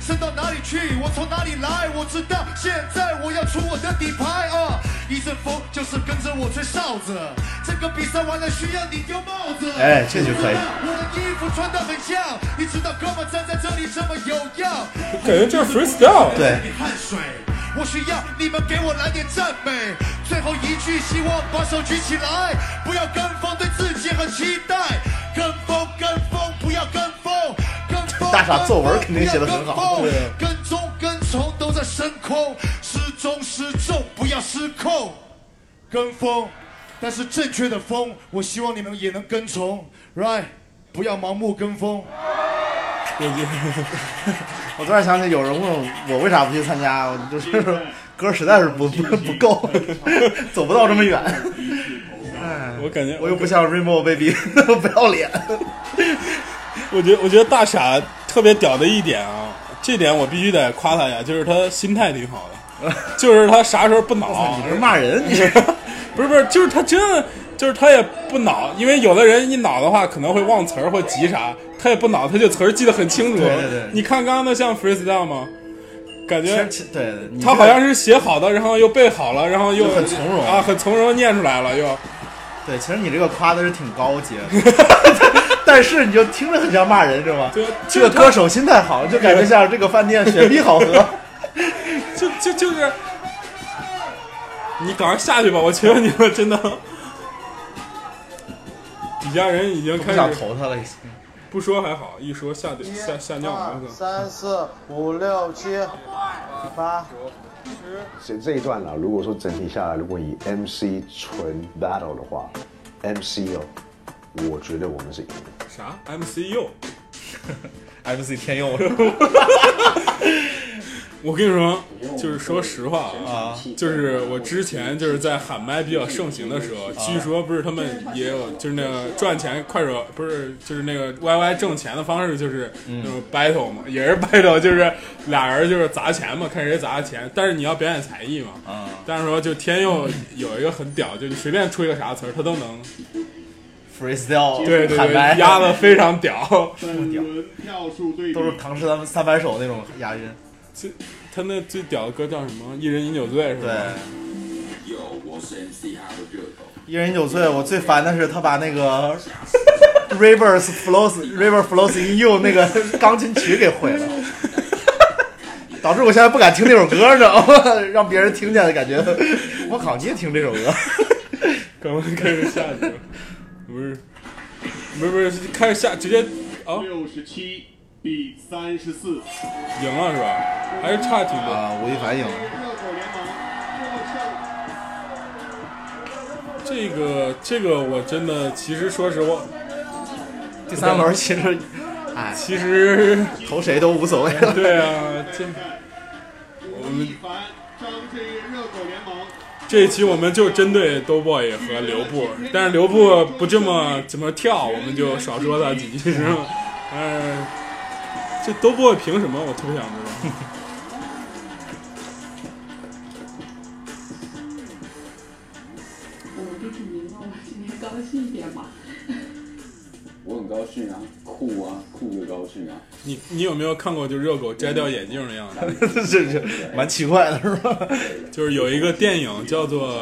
升到哪里去？我从哪里来？我知道现在我要出我的底牌啊！一阵风就是跟着我吹哨子，这个比赛完了需要你丢帽子。哎这句可以我的衣服穿得很像，你知道哥们站在这里这么有样。感觉就是 freestyle 对你汗水，我需要你们给我来点赞美。最后一句，希望把手举起来，不要跟风，对自己很期待。跟风，跟风，不要跟风，跟风。 大傻作文肯定写得很好不要对跟风跟踪跟从都在升空，失踪失重，不要失控。跟风，但是正确的风，我希望你们也能跟从，right？不要盲目跟风。我突然想起有人问我为啥不去参加，我就是歌实在是不不不够，走不到这么远。哎，我感觉我又不像 Rainbow Baby 不要脸。 我觉得我觉得大傻特别屌的一点啊，这点我必须得夸他一下，就是他心态挺好的，就是他啥时候不恼。你这骂人，你 不是不是，就是他真的就是他也不恼，因为有的人一恼的话可能会忘词儿或急啥，他也不恼，他就词儿记得很清楚。对对对你看刚刚那像 freestyle 吗？感觉其实其对你他好像是写好的，然后又背好了，然后又就很从容啊，很从容念出来了又。对，其实你这个夸的是挺高级 的，但是你就听着很像骂人，是吧？对，这个歌手心态好，就感觉像这个饭店雪碧 好喝。就就就是，你赶快下去吧！我求求你了，真的。底下人已经开始我不想投他了，已经。不说还好，一说吓得吓吓尿啊了。我操三四五六七八 所以这一段啊呢，如果说整体下来，如果以 MC 纯 battle 的话，MC 哦，我觉得我们是赢的。啥？MCU？ MC 天佑。我跟你说，就是说实话啊，就是我之前就是在喊麦比较盛行的时啊候，据说不是他们也有，就是那个赚钱快手，不是就是那个 YY 挣钱的方式，就是嗯那种 battle 嘛，也是 battle，就是俩人就是砸钱嘛，看谁砸的钱。但是你要表演才艺嘛，啊但是说就天佑有一个很屌，就你随便出一个啥词儿，他都能 freestyle 对对哦喊麦对，压的非常屌，本轮票数对比都是唐诗三三百首那种押韵。最他那最屌的歌叫什么？一人饮酒醉是吧？有，我是 MC 哈的热 狗。一人九岁，我最烦的是他把那个 Rivers flows River flows in you 那个钢琴曲给毁了， 导致我现在不敢听那首歌，知道吗？ 让别人听见的感觉，我靠，你也听这首歌？刚刚开始下去了，不是，不是不是，开始下直接啊，六十七比三十四，赢了是吧？还是差挺多啊，吴亦凡赢了。这个这个我真的，其实说实话，第三轮其实，哎，其实投 谁都无所谓了。 对啊，这我们张志热狗联盟这一期我们就针对兜 boy 和刘布，但是刘布不这么怎么跳，我们就少说他几句是吗？嗯，这兜 boy 凭什么？我特别想知道。我就是赢了，我今天高兴一点吧。我很高兴啊，酷啊，酷的高兴啊。你你有没有看过就热狗摘掉眼镜的样子？这嗯 是蛮奇怪的是吧？ 就是有一个电影叫做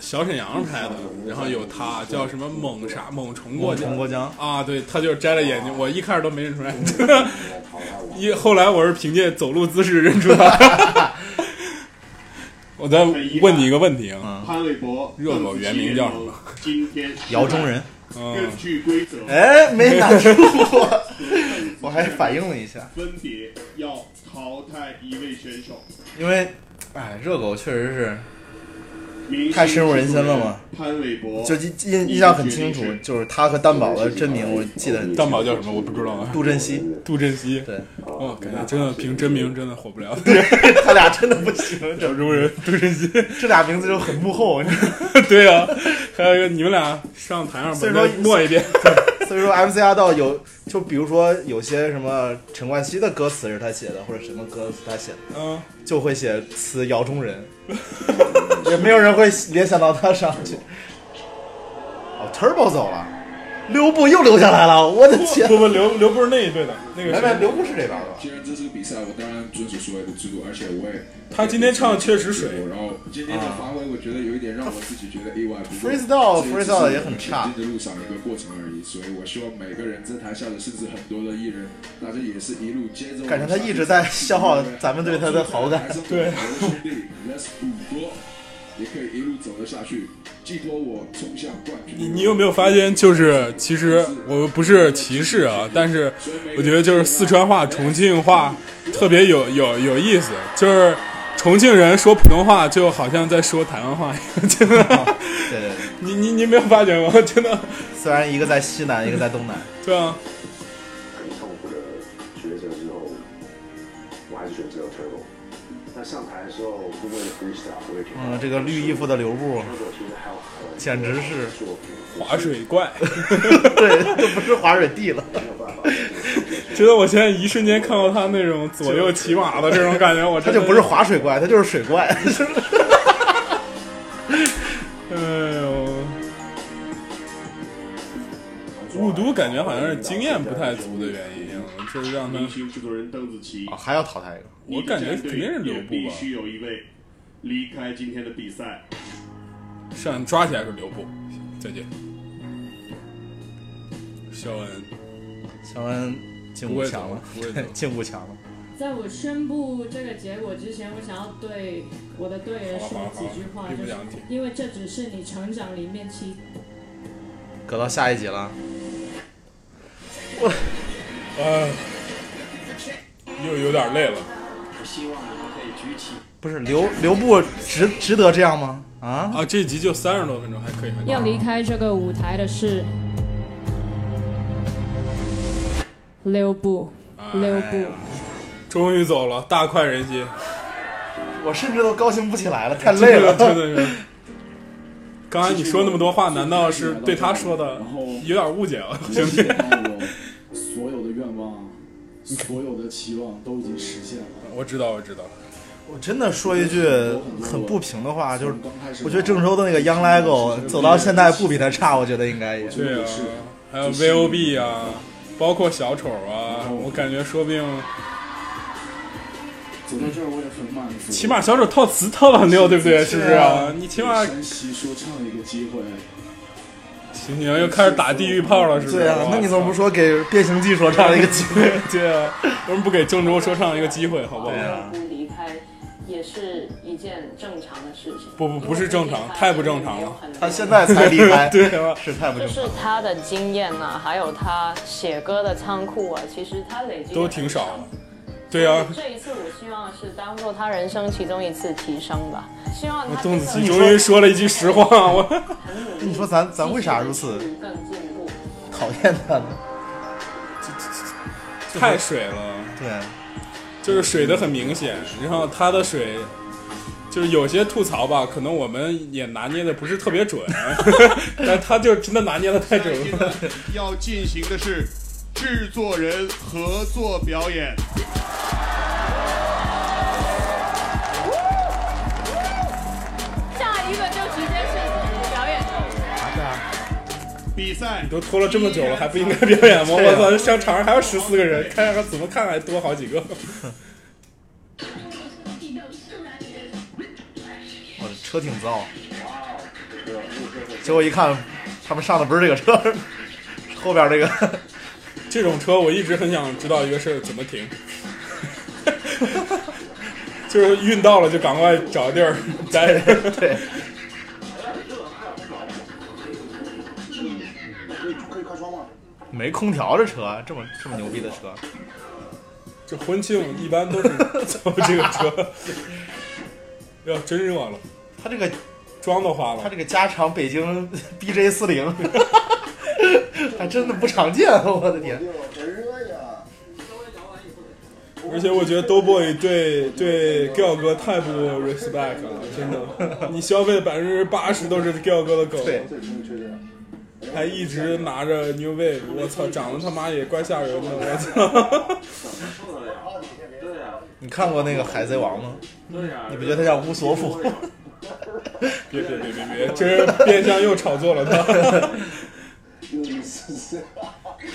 小沈阳拍的，然后有他叫什么猛啥猛虫过江猛虫过江嗯啊，对他就是摘了眼镜，我一开始都没认出来， 一后来我是凭借走路姿势认出来。 我再问你一个问题嗯啊，潘玮柏热狗原名叫什么？今天是姚中人嗯根据规则，哎，没拿住我，我还反应了一下，分别要淘汰一位选手。因为，哎，热狗确实是明星太深入人心了嘛。潘玮柏就印印印象很清楚，就是他和蛋宝的真名，我记得很清楚蛋宝叫什么？我不知道啊。杜振熙，杜振熙，对，哦，感觉真的凭真名真的火不了。他俩 真的不行，小中人杜振熙，这俩名字就很幕后。对啊，还有一个你们俩上台上所把以说它默一遍，所以说 MC 阿道有，就比如说有些什么陈冠希的歌词是他写的，或者什么歌词他写的，嗯，就会写词姚中人，也没有人会联想到他上去。哦，Turbo 走了，刘步又留下来了，我的天！不不，刘刘步是那一队的，那个是来来哎刘步是这边的。既然这是个比赛，我当然遵守所有的制度，而且我也他今天唱的确实水然后今天的发挥，我觉得有一点让我自己觉得意外。不过啊 freestyle- 这也只是 freestyle 也很差前进的路上一个过程而已，所以我希望每个人在台下的，甚至很多的艺人，大家也是一路接着。感觉他一直在消耗咱们对他的 好感。对，兄弟，Let's 赌博，也可以一路走得下去，寄托我冲向冠军。你你有没有发现，就是其实我们不是歧视啊，但是我觉得就是四川话、重庆话特别有有有意思，就是重庆人说普通话就好像在说台湾话一样，真的。对对对，你你你没有发觉吗？真的，虽然一个在西南，一个在东南，对啊，很痛苦的抉择之后，我还是选择了退后。那上台的时候，因为 freestyle 我也觉得嗯，这个绿衣服的刘步，简直是划水怪， 对，都不是滑水地了。觉得我现在一瞬间看到他那种左右骑马的这种感觉，我他真就的不是滑水怪，他就是水怪。 哎呦，雾都感觉好像是经验不太足的原因，这是让他明星制作人邓紫棋啊还要淘汰一个我感觉肯定是刘步必吧须有一位离开今天的比赛。上抓起来是刘步，再见。肖恩，肖恩进五强了不会走不会走， 进五强了。在我宣布这个结果之前，我想要对我的队员说几句话，并就不是想听因为这只是你成长里面其搁到下一集了，呃，又有点累了。我希望你们可以举起不是刘刘步值值得这样吗？啊啊，这集就三十多分钟，还可以，还可以。要离开这个舞台的是六步，六步。 终于走了，大快人心。我甚至都高兴不起来了，太累了。真的是。刚才你说那么多话，难道是对他说的？有点误 解了，兄弟。所有的愿望，所有的期望都已经实现了。我知道，我知道。我真的说一句很不平的话，就是我觉得郑州的那个 Young Lego 走到现在不比他差，我觉得应该也对啊，还有 VOB 啊，包括小丑啊，我感觉说不定走到这儿我也很满足。起码小丑套词套了很溜，对不对？是不是啊？你起起码山西说唱一个机会，行行又开始打地狱炮了，是不是？对啊，那你怎么不说给变形计说唱一个机 会？对啊，为什么不给郑州说唱一个机会？好不好？啊不离开也是一件正常的事情。不不不是正常，太不正常了。他现在才离开 对啊，是太不就正是常。他的经验呐、还有他写歌的仓库啊，其实他累积都挺少的。对啊，这一次我希望是当做他人生其中一次提升吧，希望我他邓紫棋终于说了一句实话，我你说咱咱为啥如此更进步。讨厌他呢？太水了。对，啊就是水的很明显，然后他的水。就是有些吐槽吧，可能我们也拿捏的不是特别准，啊 但他就真的拿捏的太准了。 要进行的是制作人合作表演。下一个就直接是表演。比 赛都拖了这么久了，还不应该表演吗？啊我操，上场上还有十四个人，看看怎么看还多好几个。我的车挺糟，结果一看，他们上的不是这个车， 是后边这个。这种车我一直很想知道一个事儿，怎么停？ 就是运到了就赶快找地儿 待着。对，可以可以开窗吗？没空调这车，这么这么牛逼的车，这婚庆一般都是走这个车。哟，真热了，他这个妆都花了。他这个加长北京 BJ 四零， 还真的不常见，我的天！而且我觉得 Doughboy 对对 Giao 哥太不 respect 了，真的。 你消费百分之八十都是 Giao 哥的狗，还一直拿着 New Wave，我操，长得他妈也怪吓人的，我操。 你看过那个《海贼王》吗？你不觉得他叫乌索普？ 别别别别别，这是变相又炒作了他。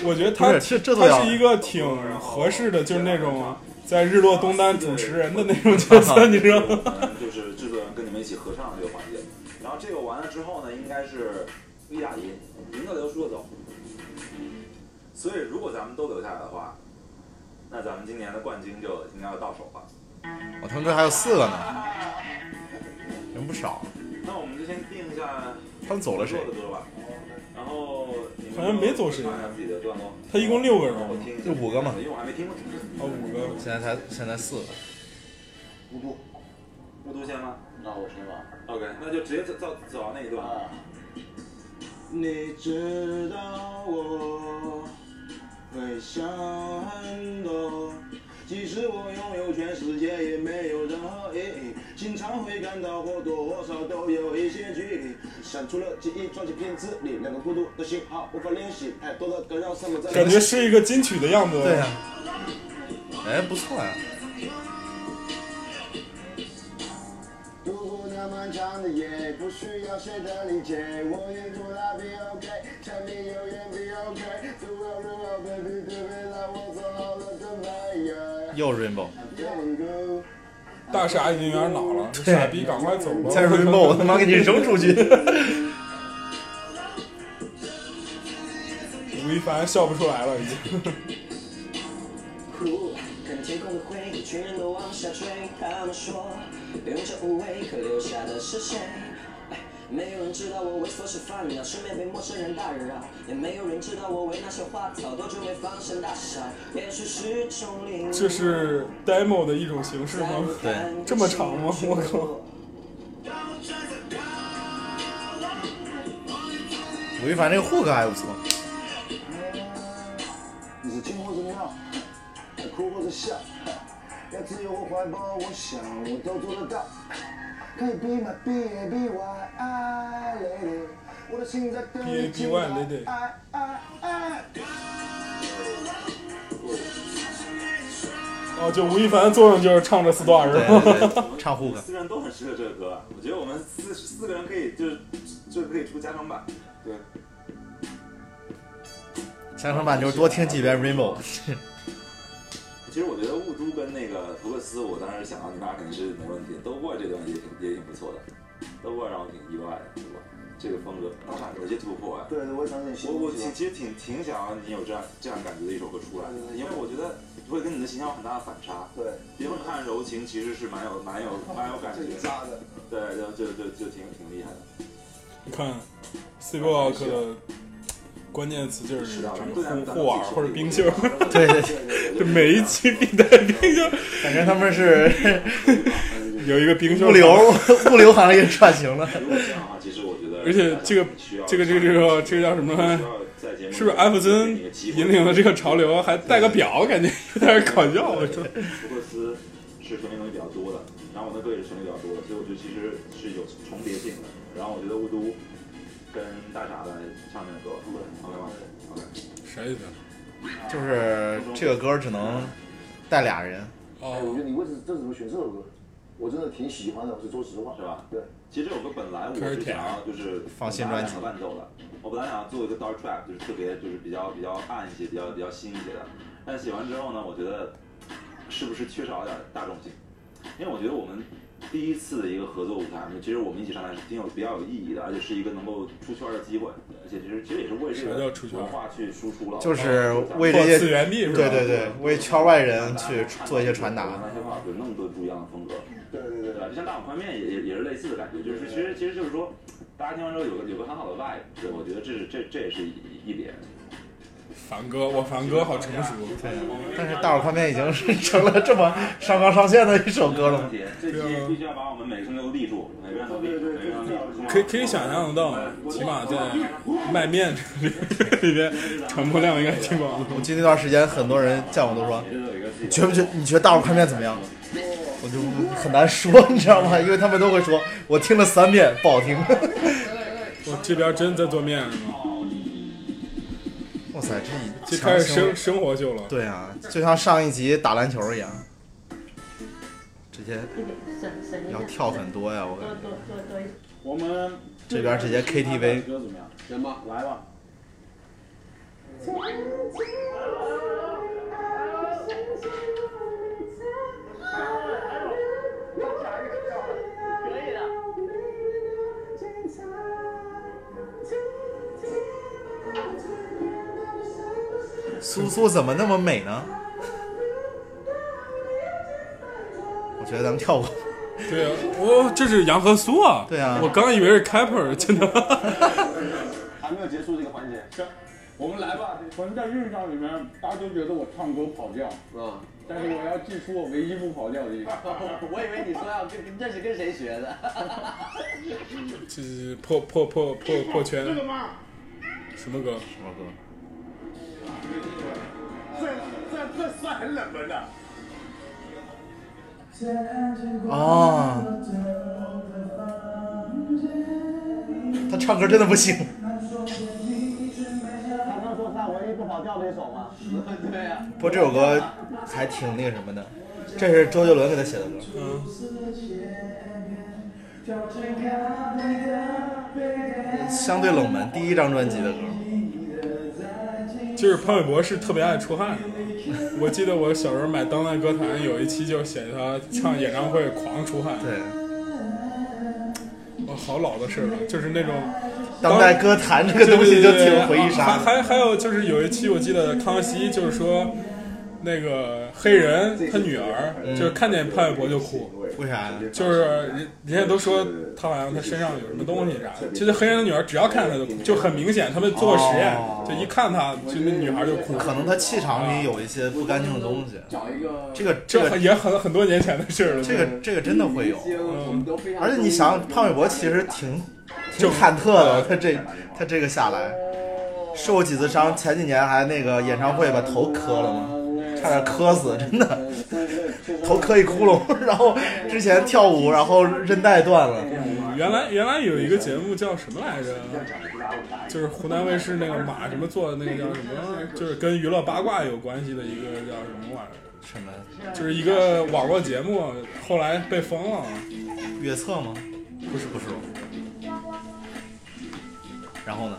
我觉得他不是这这都要他是一个挺合适的，就是那种在日落东单主持人的那种角 色，你知道吗？就是制作人跟你们一起合唱这个环节，然后这个完了之后呢，应该是一打一，赢的留，输的走。所以如果咱们都留下来的话，那咱们今年的冠军就应该要到手了。我他们这还有四个呢，人不少。那我们就先定一下他们走了谁做的歌吧，然后你们好像没走谁唱一下自己的段落。他一共六个人，就五个嘛因为我还没听过。哦，五个。现在才现在四个，不不，不都先吗？那我先吧。OK，那啊就直接走走走到那一段。你知道我会想很多，即使我拥有全世界，也没有任何意义。经常会感到或多或少都有一些距离。删除了记忆，抓起片子里两个孤独的信号，无法练习。哎，多了个让什么在感觉是一个金曲的样子。对呀、哎，不错呀、度过那漫长的夜，不需要谁的理解，我愿做蜡笔 OK，柴米油盐比 OK，Do I do I baby baby，让我做好了准备，yeah。又是 Rainbow，大傻已经有点恼了，这傻逼赶快走吧！再说 Rainbow，我他妈给你扔出去！ 吴亦凡笑不出来了，已经。苦，看天空的灰，一群人都往下坠。他们说，留着无畏，可留下的是谁？哎没有人知道我为所是犯了，顺便被陌生人打扰，也没有人知道我为那些花草都只为防身大傻。也许是种领悟这是 demo 的一种形式吗？对这么长吗？我靠！吴亦凡这个 hook 还不错，你是听或者闹，哭或者笑，要自由或怀抱，我想我都做得到。可以 be my b a b y I lady，我的心在等你进 B.A.B.Y. 来。 lady 哎哎哎哦，就吴亦凡的作用就是唱这四段是对对吧？唱户口四个人都很适合这个歌，我觉得我们四四个人可以就是这可以出加长版。对，加长版就是多听几遍 Rainbow。其实我觉得雾都跟那个福克斯，我当时想到你俩肯定是没问题的。豆瓣这段也挺也挺不错的，豆瓣让我挺意外的，对吧？这个风格大厂有些突破啊。对对，我也想给你我我挺其实挺挺想让你有这样这样感觉的一首歌出来，因为我觉得会跟你的形象有很大的反差。对，别人看柔情其实是蛮有蛮有蛮有感觉挺渣的。对，就就就就挺挺厉害的。你看 C Block 的关键词啊就是这个护护耳或者冰袖，对对对这每一期必带冰袖，感觉他们是 有一个冰袖物 流物流行业转型了。啊，其实我觉得，而且这个这个这个这个这个叫什么来？是不是艾弗森引领了这个潮流，还戴个表，感觉 有点搞笑。啊我说，福克斯是旋律东西比较多的，然后我那歌也是旋律比较多的，所以我觉得其实是有重叠性的。然后我觉得雾都跟大傻的唱那个歌，OK 吗？OK。谁的？就是这个歌只能带俩人，哎，我觉得你为什么这怎么选这首歌？我真的挺喜欢的，我是说实话，是吧？对，其实这首歌本来我是想要就是啊放新专辑我本来想伴奏的，我本来想要做一个 dark trap，就是特别就是比较比较暗一些、比较比较新一些的。但写完之后呢，我觉得是不是缺少了点大众性？因为我觉得我们第一次的一个合作舞台，其实我们一起上台是挺有比较有意义的，而且是一个能够出圈的机会，而且其实其实也是为这啥叫个出圈文化去输出了，就是为这拓些次元壁是吧对对对，为圈外人去做一些传达。那些话有那么多不一样的风格，对对对吧？就像大碗宽面也也也是类似的感觉，就是其实其实就是说，大家听完之后有个有个很好的 vibe，对，我觉得这是这这也是一一点。凡哥，我凡哥好成熟。啊对，但是大碗宽面已经是成了这么上纲上线的一首歌了吗？这期啊必须要把我们每个人都立住，每个人都立住，每个人都立住。可以可以想象得到，起码在卖面这个里边传播量应该挺广的。我记得那段时间，很多人见我都说，你觉不觉？你觉得大碗宽面怎么样？我就很难说， 你知道吗？因为他们都会说，我听了三遍不好听。 我这边真在做面是吗？哇塞，这这已开始生生活秀了。对啊，就像上一集打篮球一样，直接要跳很多呀！我感觉我们这边直接 KTV 歌怎么样？行吧，来 吧。苏苏怎么那么美呢？我觉得咱们跳过。对啊，哦，这是杨和苏啊！对啊我刚以为是 Kepler，真的。还没有结束这个环节。是，我们来吧。我们在日常里面，大家都觉得我唱歌跑调，嗯，但是我要指出我唯一不跑调的地 方。 我以为你说要跟这是跟谁学的？这是破破破破破圈，这个吗？什么歌？什么歌？这这这算很冷门的。哦，他唱歌真的不行。他刚说他唯一不跑调的一首吗？对呀、不过这首歌还挺那个什么的，这是周杰伦给他写的歌。嗯相对冷门，第一张专辑的歌。就是潘玮柏是特别爱出汗。我记得我小时候买《当代歌坛》有一期就写他唱演唱会狂出汗。对，哇，哦好老的事儿了，就是那种当代歌坛这个东西就挺回忆杀还还还有就是有一期我记得康熙就是说。那个黑人，他女儿、就是看见潘玮柏就哭，嗯为啥呀？就是人人家都说他好像他身上有什么东西啥的，就是黑人的女儿只要看他就哭，就很明显，他们做过实验，哦就一看他就那女孩就哭。可能他气场里有一些不干净的东西。这个这个很也很很多年前的事儿了。这个这个真的会有，嗯而且你想，潘玮柏其实挺挺就呃忐忑的，他这他这个下来，受过几次伤，前几年还那个演唱会把头磕了嘛，差点磕死，真的，头磕一窟窿，然后之前跳舞，然后韧带断了，原来原来有一个节目叫什么来着？就是湖南卫视那个马什么做的那个叫什么，就是跟娱乐八卦有关系的一个叫什么玩意儿？什么就是一个网络节目，后来被封了。月测吗？不是不是，然后呢？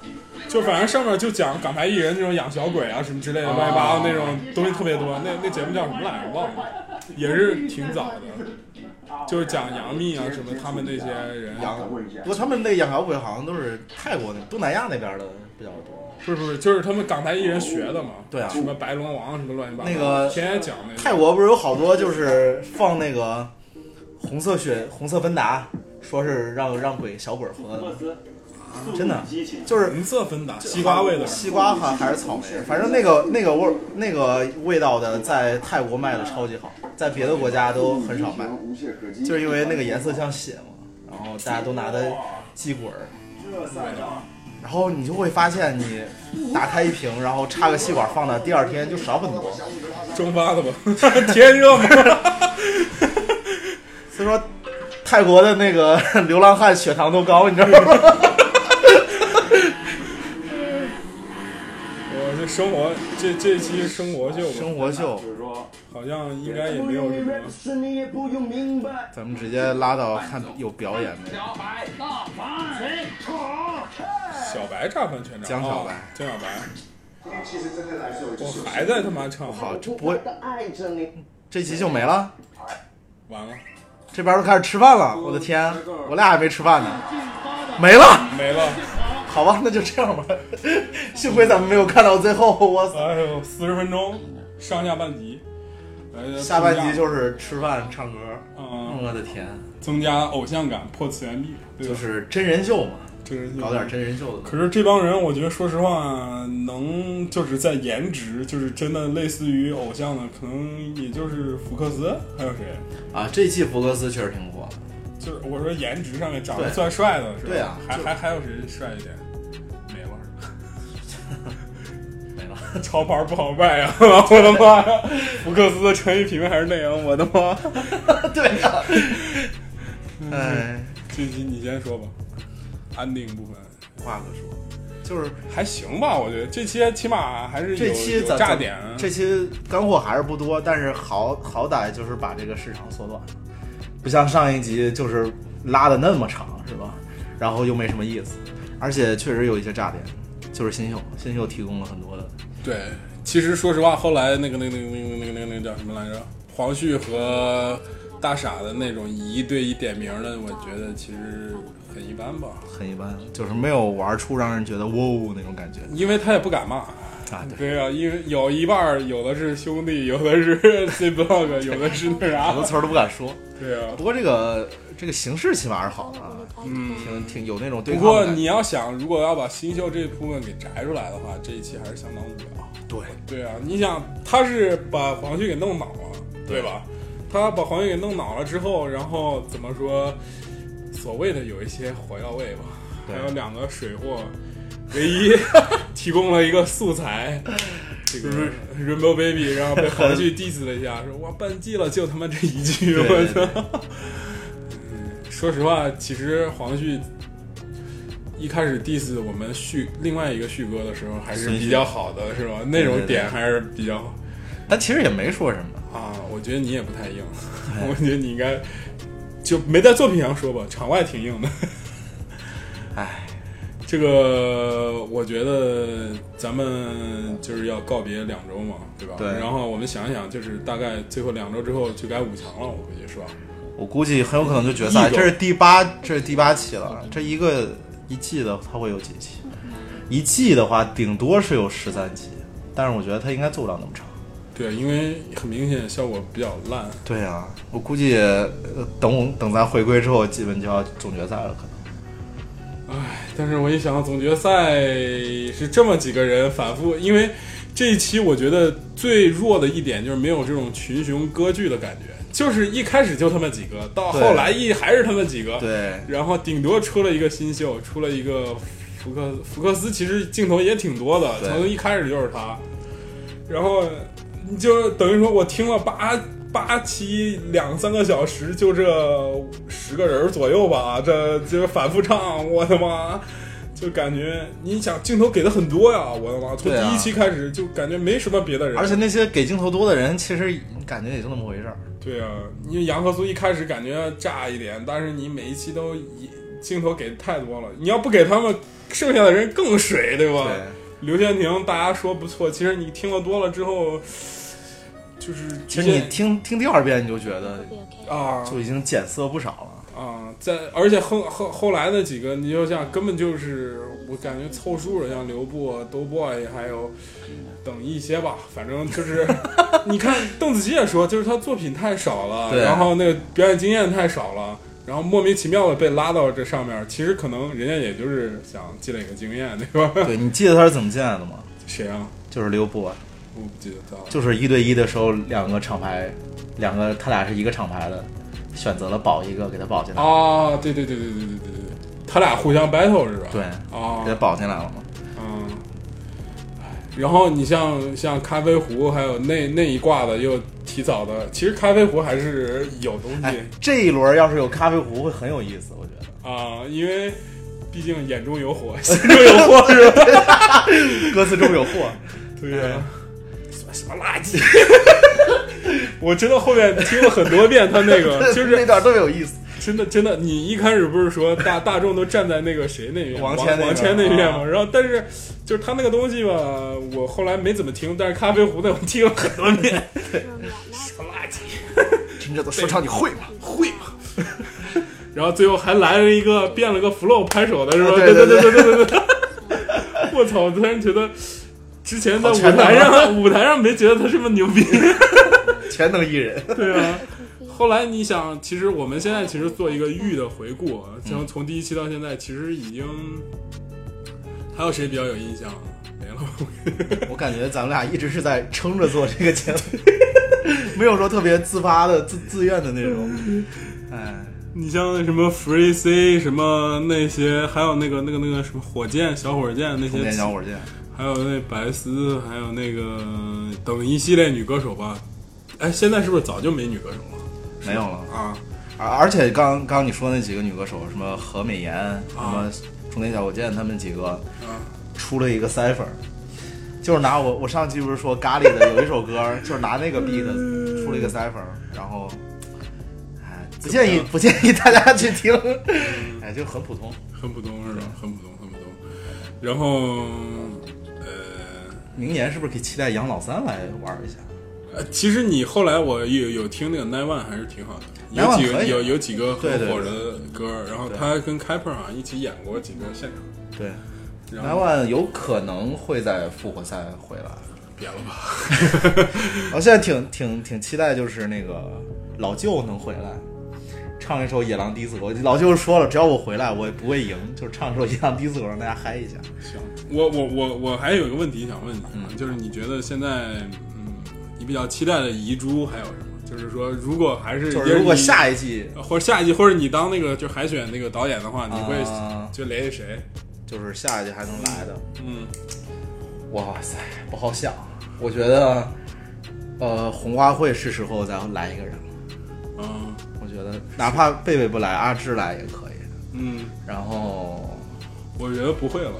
就反正上面就讲港台艺人那种养小鬼啊什么之类的哦乱七八糟那种东西特别多。那那节目叫什么来着？忘了，也是挺早的，哦就是讲杨幂啊什么他们那些人。养不过他们那养小鬼好像都是泰国那东南亚那边的比较多。不是不是，就是他们港台艺人学的嘛。对啊什么白龙王什么乱七八糟。那个天天讲那个泰国不是有好多就是放那个红色雪红色芬达，说是让让鬼小鬼喝的。真的就是银色芬达，西瓜味的西瓜还还是草莓，反正那个那个味儿那个味道的在泰国卖的超级好，在别的国家都很少卖，就是因为那个颜色像血嘛，然后大家都拿它鸡滚儿，这赛道，然后你就会发现你打开一瓶，然后插个吸管放那，第二天就少很多。蒸发的吧， 天热嘛。 所以说，泰国的那个 流浪汉血糖都高，你知道吗？ 我这生活这这期生活秀，生活秀，就是说好像应该也没有什么。你也不用明白。咱们直接拉到看有表演没？小白大白，谁小白炸翻全场，江小白哦江小白，其实真的来说，我还在他妈唱，好，这不会，爱着你。这期就没了，完了，这边都开始吃饭了，我的天，我俩还没吃饭呢，没了，没了，好吧，那就这样吧。 幸亏咱们没有看到最后，我操！哎呦，四十分钟，上下半集，呃下半集就是吃饭唱歌，嗯我的天，增加偶像感，破次元壁，对吧就是真人秀嘛，真人秀搞点真人秀的可是这帮人，我觉得说实话，能就是在颜值，就是真的类似于偶像的，可能也就是福克斯，还有谁？啊。这期福克斯确实挺火的，就是我说颜值上面长得对算帅的，是吧？对啊还就还还有谁帅一点？没了， 没了。 潮牌不好卖啊！ 我的妈呀，福克斯的陈玉萍还是那样，我的妈！ 对啊呀、哎，这集你先说吧，安定部分话可说，就是还行吧，我觉得这期起码啊还是有这期有咱炸点，这期干货还是不多，但是好好歹就是把这个市场缩短了，不像上一集就是拉的那么长，是吧？然后又没什么意思，而且确实有一些炸点，就是新秀，新秀提供了很多的，对，其实说实话，后来那个那个那个那个那个那个那个叫什么来着？黄旭和大傻的那种一对一点名的，我觉得其实很一般吧，很一般，就是没有玩出让人觉得哇、哦那种感觉。因为他也不敢骂。啊，对啊，因为有一半儿有的是兄弟，有的是 C block，有的是那啥，好多词儿都不敢说。对啊，不过这个这个形式起码是好的啊，嗯，挺挺有那种对不抗的过感觉你要想，如果要把新秀这部分给摘出来的话，这一期还是相当无聊。对对啊，你想他是把黄旭给弄恼了，对吧？他把黄旭给弄恼了之后，然后怎么说？所谓的有一些火药味吧，对还有两个水货，唯一提供了一个素材。这个 Rainbow Baby，然后被黄旭 diss 了 一下，说哇半季了，就他妈这一句，对我操！嗯说实话，其实黄旭一开始 diss 我们旭另外一个旭哥的时候还是比较好的，是吧？那种点还是比较好。但其实也没说什么啊，我觉得你也不太硬， 我觉得你应该就没在作品上说吧，场外挺硬的。唉，这个我觉得咱们就是要告别两周嘛，对吧？对然后我们想想，就是大概最后两周之后就该五强了，我估计是吧？我估计很有可能就决赛，一周这是第八，这是第八期了。这一个一季的，它会有几期？一季的话，顶多是有十三期，但是我觉得它应该做不了那么长。对，因为很明显效果比较烂。对啊，我估计、呃、等等咱回归之后，基本就要总决赛了，可能。唉，但是我一想，总决赛是这么几个人反复，因为这一期我觉得最弱的一点就是没有这种群雄割据的感觉，就是一开始就他们几个，到对后来一还是他们几个，对，然后顶多出了一个新秀，出了一个福克福克斯，其实镜头也挺多的，对从一开始就是他，然后你就等于说我听了八八期两三个小时，就这十个人左右吧，这就反复唱，我的妈！就感觉你想镜头给的很多呀，我的妈！从对啊第一期开始就感觉没什么别的人，而且那些给镜头多的人，其实感觉也就那么回事儿。对啊，因为杨和苏一开始感觉要炸一点，但是你每一期都一镜头给太多了，你要不给他们，剩下的人更水，对吧？刘轩婷，大家说不错，其实你听了多了之后，就是其直实接你听听第二遍，你就觉得啊就已经减色不少 了。啊，在而且后后后来的几个，你就像根本就是我感觉凑数的，像刘步、都 boy 还有等一些吧，反正就是你看邓紫棋也说，就是她作品太少了，对然后那个表演经验太少了。然后莫名其妙的被拉到这上面，其实可能人家也就是想积累个经验，对吧？对，你记得他是怎么进来的吗？谁啊？就是刘波，我不记得到了，就是一对一的时候，两个厂牌，两个他俩是一个厂牌的，选择了保一个给他保进来，啊，对对对对对对对对对，他俩互相 battle 是吧？对，啊，给他保进来了嘛。嗯，然后你像像咖啡壶，还有那那一挂的，又提早的，其实咖啡壶还是有东西啊、哎，这一轮要是有咖啡壶会很有意思，我觉得。啊因为毕竟眼中有火， 心中有货是吧？ 歌词中有货，对哎呀、什么垃圾！我真的后面听了很多遍他那 个，就是那段特别有意思。真的，真的，你一开始不是说大大众都站在那个谁那边，王王谦那边王谦那边嘛？啊然后，但是就是他那个东西吧，我后来没怎么听，但是咖啡壶那我听了很多遍。 小垃圾，听着都说唱你会吗？会吗？然后最后还来了一个变了个 flow 拍手的是吧？啊对对对对对对对。 我操！我突然觉得，之前在好舞全能啊台上舞台上没觉得他这么牛逼。 全能艺人。 对啊。后来你想，其实我们现在其实做一个玉的回顾，啊，像从第一期到现在，其实已经还有谁比较有印象？没了。我感觉咱们俩一直是在撑着做这个节目， 没有说特别自发的、自自愿的那种。哎，你像什么 Free C 什么那些，还有那个那个那个什么火箭小火箭那充些电小火箭，还有那白丝，还有那个等一系列女歌手吧。哎，现在是不是早就没女歌手了？没有了啊！而而且刚刚你说那几个女歌手，什么何美妍，什么中间小火箭，他们几个出了一个 cipher，就是拿我我上期不是说咖喱的有一首歌，就是拿那个 beat 出了一个 cipher，然后，哎，不建议不建议大家去听，哎，就很普通。很普通是吧？很普通，很普通。然后，呃，明年是不是可以期待杨老三来玩一下？呃，其实你后来我有有听那个 Nine One 还是挺好的，有 Nine One 几个可以有有几个很对对火对的歌，然后对他跟 Kipper 好像一起演过几个现场。对然莱后万有可能会在复活赛回来。别了吧！ 我现在挺挺挺期待，就是那个老舅能回来，唱一首《野狼 disco》。老舅说了，只要我回来，我也不会赢，就是唱一首《野狼 disco》让大家嗨一下。行，我我我我还有一个问题想问你，嗯啊，就是你觉得现在，嗯，你比较期待的遗珠还有什么？就是说，如果还是就是如果下一季季或者下一季，或者你当那个就海选那个导演的话，你会啊就雷谁？就是下一季还能来的，嗯，哇塞，不好想。我觉得，呃，红花会是时候再来一个人了。嗯，我觉得哪怕贝贝不来，阿芝来也可以。嗯，然后我觉得不会了，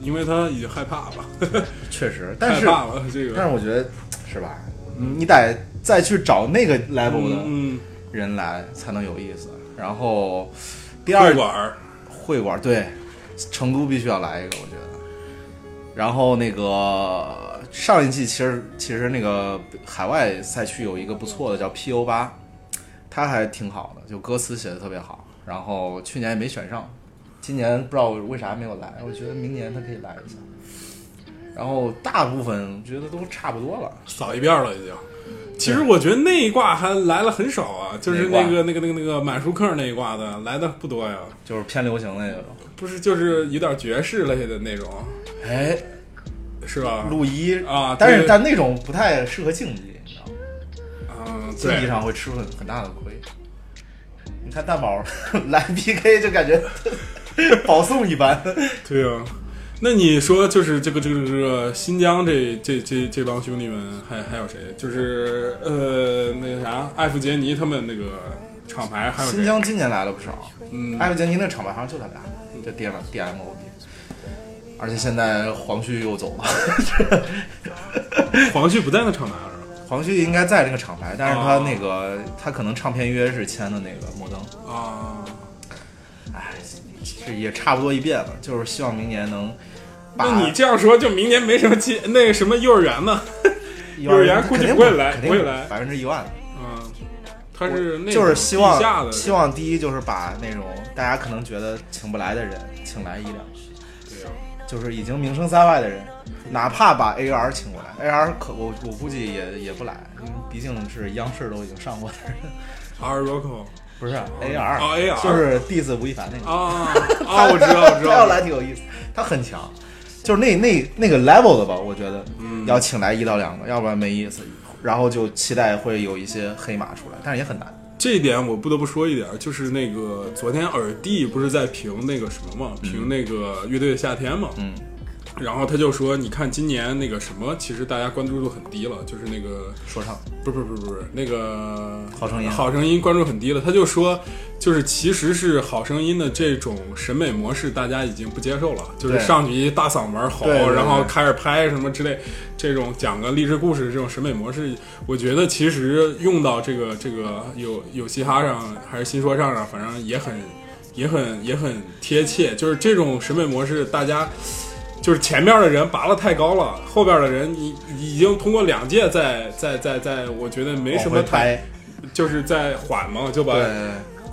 因为他已经害怕了。 确实，但是害怕了这个但是我觉得是吧？嗯你得再去找那个 level 嗯的人来才能有意思。然后第二会馆儿会馆儿对，成都必须要来一个，我觉得。然后那个上一季其实其实那个海外赛区有一个不错的叫 PO 八，它还挺好的，就歌词写的特别好。然后去年也没选上，今年不知道为啥没有来，我觉得明年他可以来一下。然后大部分我觉得都差不多了，扫一遍了已经。其实我觉得那一挂还来了很少啊，就是哪一那挂个那个那个那个满舒克那一挂的来的不多呀，就是偏流行那个。不是就是有点爵士类的那种，哎，是吧？陆一啊，但是对但那种不太适合竞技，你知道吗？嗯，竞技对，上会吃很很大的亏。你看蛋宝来 PK 就感觉 保送一般，对啊。那你说就是这个这个这个新疆这这这这帮兄弟们还还有谁？就是呃那个啥艾弗杰尼他们那个厂牌哎还有谁新疆今年来了不少，嗯艾弗杰尼那厂牌好像就他俩，就 D M D M O B，而且现在黄旭又走了， 黄旭不在那厂牌了，哦黄旭应该在这个厂牌，但是他那个、他可能唱片约是签的那个摩登啊，哎，这也差不多一遍了，就是希望明年能把。那你这样说，就明年没什么期，那个什么幼儿园呢？幼儿园估啊肯计定不会来，肯不定会来。百分之一万。嗯，他是那就种是希地下的望希望第一就是把那种大家可能觉得请不来的人请来一两，啊就是已经名声在外的人，哪怕把 AR 请过来，AR 可我我估计也也不来，因为毕竟是央视都已经上过的人， R Rocco 不是 AR，哦 AR 就是 diss 吴亦凡那个啊啊我知道我知道 他要来挺有意思，他很强。就是那那那个 level 的吧，我觉得，嗯要请来一到两个，要不然没意思。然后就期待会有一些黑马出来，但是也很难。这一点我不得不说一点，就是那个昨天耳帝不是在评那个什么嘛，评那个乐队的夏天嘛，嗯，然后他就说，你看今年那个什么，其实大家关注度很低了，就是那个说唱，不是不是不是不是那个好声音好声音关注很低了。他就说，就是其实是好声音的这种审美模式，大家已经不接受了，就是对上去一大嗓门吼，对对对然后开始拍什么之类，这种讲个励志故事这种审美模式，我觉得其实用到这个这个有有嘻哈上还是新说唱上，反正也很也很也很贴切。就是这种审美模式，大家就是前面的人拔了太高了，后边的人已已经通过两届在在在在，我觉得没什么往回太拍，就是在缓嘛，就把对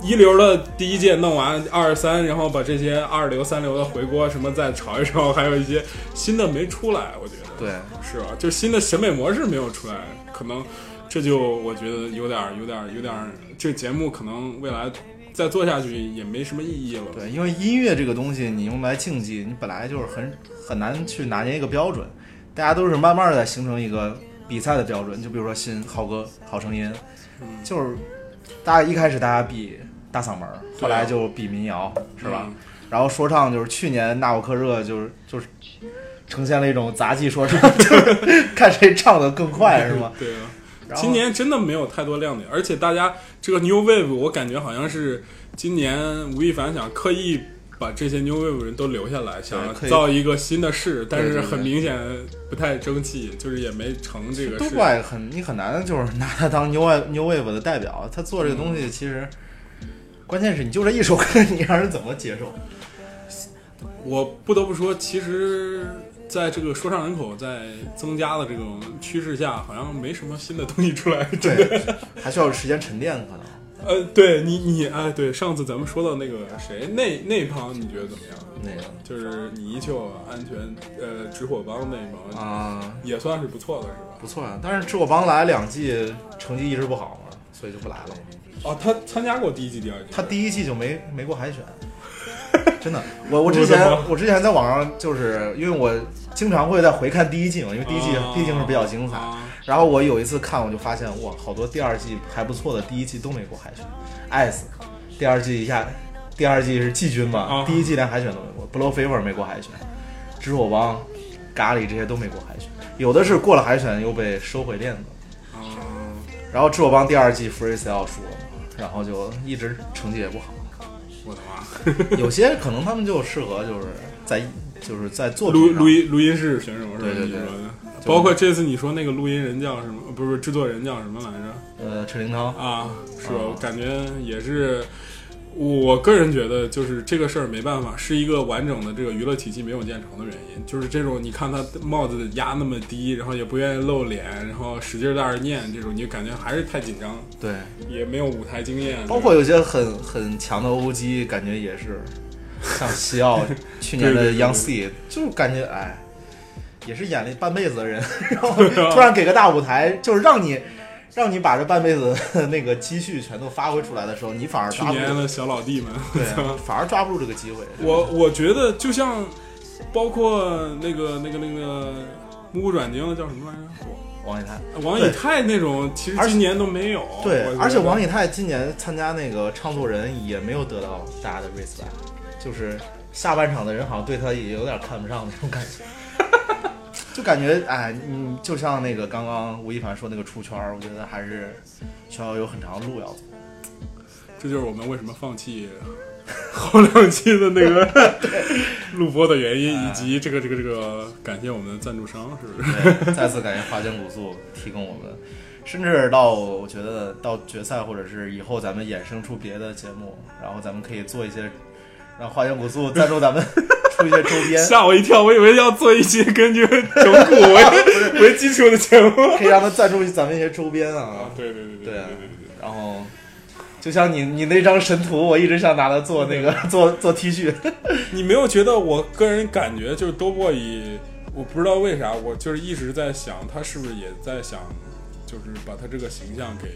一流的第一届弄完，二三，然后把这些二流、三流的回锅什么再炒一炒，还有一些新的没出来，我觉得对，是吧？就新的审美模式没有出来，可能这就我觉得有点儿有点儿有点儿，这节目可能未来再做下去也没什么意义了。对，因为音乐这个东西，你用来竞技，你本来就是很很难去拿捏一个标准，大家都是慢慢的形成一个比赛的标准。就比如说新好歌、好声音，就是大家一开始大家比大嗓门儿，后来就比民谣，是吧？嗯然后说唱就是去年纳沃克热就是就是呈现了一种杂技说唱， 就是看谁唱的更快，是吗？对啊然，后今年真的没有太多亮点，而且大家这个 New Wave，我感觉好像是今年吴亦凡想刻意把这些 New Wave 人都留下来，想要刻意造一个新的势，但对是对对很明显不太争气，就是也没成这个都事。怪很，你很难就是 拿它当 new wave new wave 的代表。他做这个东嗯西其实，关键是你就这一首歌， 你让人怎么接受？我不得不说，其实在这个说唱人口在增加的这种趋势下，好像没什么新的东西出来，真的。还需要时间沉淀可能。呃，对你你哎，对，上次咱们说到那个谁内内帮，你觉得怎么样？那个就是你一秀安全呃直火帮那一帮啊，也算是不错的是吧？不错啊，但是制我帮来两季成绩一直不好嘛，所以就不来了嘛。哦，他参加过第一季、第二季，他第一季就没没过海选，真的。我我之前我的妈我之前在网上就是因为我经常会在回看第一季嘛，因为第一季啊毕竟是比较精彩。然后我有一次看，我就发现哇，好多第二季还不错的，第一季都没过海选。艾斯，第二季一下，第二季是季军嘛，啊第一季连海选都没过，Blow Fever 没过海选，知火帮、咖喱这些都没过海选，有的是过了海选又被收回链子。啊然后制作帮第二季 freestyle 输了嘛，然后就一直成绩也不好。 我的妈！ 有些可能他们就适合就是在就是在作录品上录音录音室选手是吧？对对对你说的就包括这次你说那个录音人叫什么？呃不是不是制作人叫什么来着？呃陈林涛啊，是吧？啊我感觉也是，我个人觉得就是这个事儿没办法，是一个完整的这个娱乐体系没有建成的原因。就是这种你看他帽子压那么低，然后也不愿意露脸，然后使劲在那儿念这种，你就感觉还是太紧张，对，也没有舞台经验。包括有些很很强的 OG，感觉也是像西 奥去年对的对对 Young 对 C，就是感觉哎，也是演了半辈子的人， 然后对啊突然给个大舞台，就是让你让你把这半辈子的那个积蓄全都发挥出来的时候，你反而去抓不年住的，小老弟们，对，啊 反而抓不住这个机会。我我觉得就像包括那个那个那个目不转睛的叫什么来着？王以太，王以太那种，其实今年都没有。对哦我觉，得而且王以太今年参加那个唱作人也没有得到大家的 respect，就是下半场的人好像对他也有点看不上那种感 觉，就感觉哎，嗯，就像那个刚刚吴亦凡说那个出圈儿，我觉得还是需要有很长的路要走。这就是我们为什么放弃 后两期的那个录播的原因，哎以及这个这个这个感谢我们的赞助商，是不是？再次感谢花间古素提供我们甚至到我觉得到决赛或者是以后咱们衍生出别的节目，然后咱们可以做一些让花间古素赞助咱们出一些周边， 吓我一跳，我以为要做一些根据整 蛊为为基础的节目，可以让他赞助咱们一些周边啊。对对对对对啊，然后。就像你你那张神图，我一直想拿它做那个 做做 T 恤。你没有觉得？我个人感觉就是 d o b o y 我不知道为啥，我就是一直在想，他是不是也在想，就是把他这个形象给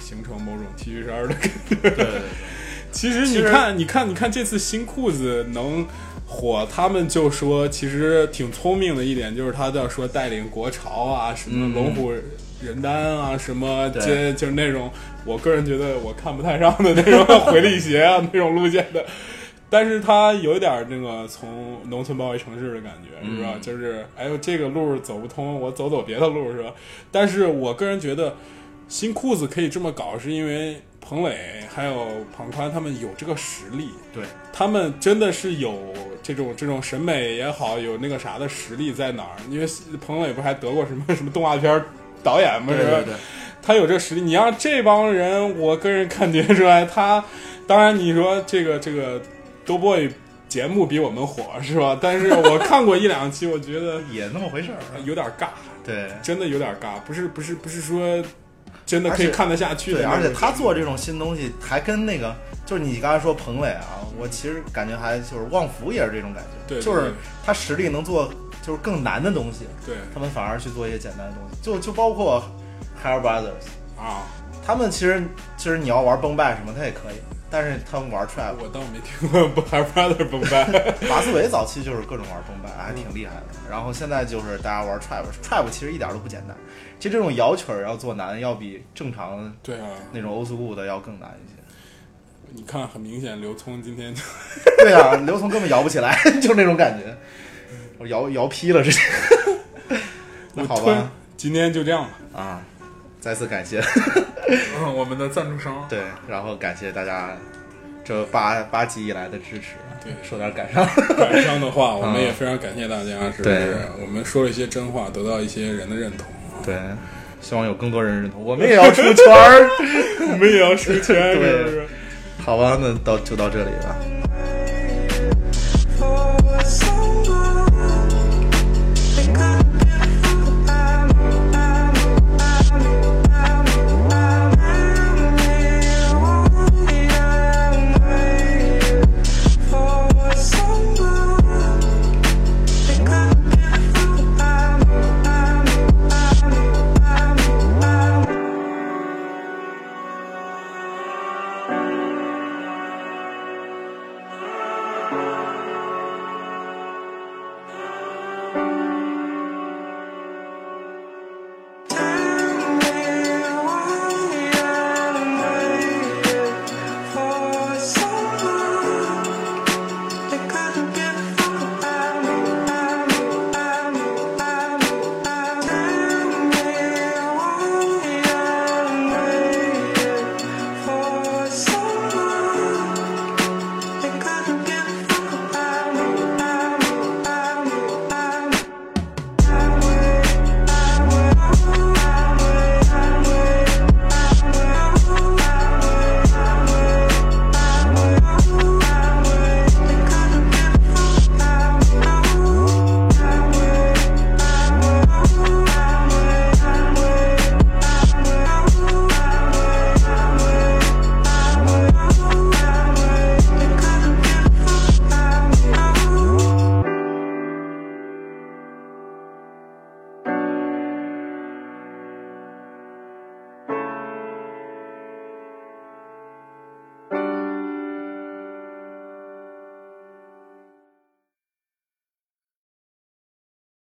形成某种 T 恤衫的感觉。对 其实你看，你看，你看这次新裤子能火，他们就说其实挺聪明的一点就是他在说带领国潮啊，什么嗯龙虎人丹啊，什么对这就是那种我个人觉得我看不太上的那种回力鞋啊那种路线的。 但是他有点儿那个从农村包围城市的感觉，是吧？嗯就是哎呦，这个路走不通，我走走别的路，是吧？但是我个人觉得，新裤子可以这么搞，是因为彭磊还有庞宽他们有这个实力，对他们真的是有这种这种审美也好，有那个啥的实力在哪儿？因为彭磊不还得过什么 什么动画片导演吗？对是吧对对他有这个实力。你让这帮人，我个人感觉出来，他当然你说这个这个 Do Boy 节目比我们火是吧？但是我看过一两期，我觉得也那么回事儿，有点尬，对，真的有点尬，不是不是不是说真的可以而且看得下去的对，那种而且他做这种新东西，还跟那个就是你刚才说彭磊啊，我其实感觉还就是旺福也是这种感觉，对对就是对他实力能做就是更难的东西，对他们反而去做一些简单的东西，就就包括 Hair Brothers 啊，他们其实其实你要玩崩败什么，他也可以。但是他们玩 trap，我倒没听过 Hair Brothers 崩败。 嗯马思唯早期就是各种玩崩败，还挺厉害的。然后现在就是大家玩 trap，trap 其实一点都不简单。其实这种摇曲儿要做难，要比正常的对啊那种 old school 的要更难一些。你看，很明显，刘聪今天就对啊， 刘聪根本摇不起来， 就是那种感觉。我摇摇劈了，直接。 那好我吞吧，今天就这样吧。啊，再次感谢。嗯，我们的赞助商。 对，然后感谢大家这八八集以来的支持。对，说点感伤感伤 的话，我们也嗯非常感谢大家，是不对是？我们说了一些真话，得到一些人的认同。对，希望有更多人认同，我们也要出圈儿 哎，我们也要出圈是 不对是，好吧，那到就到这里吧。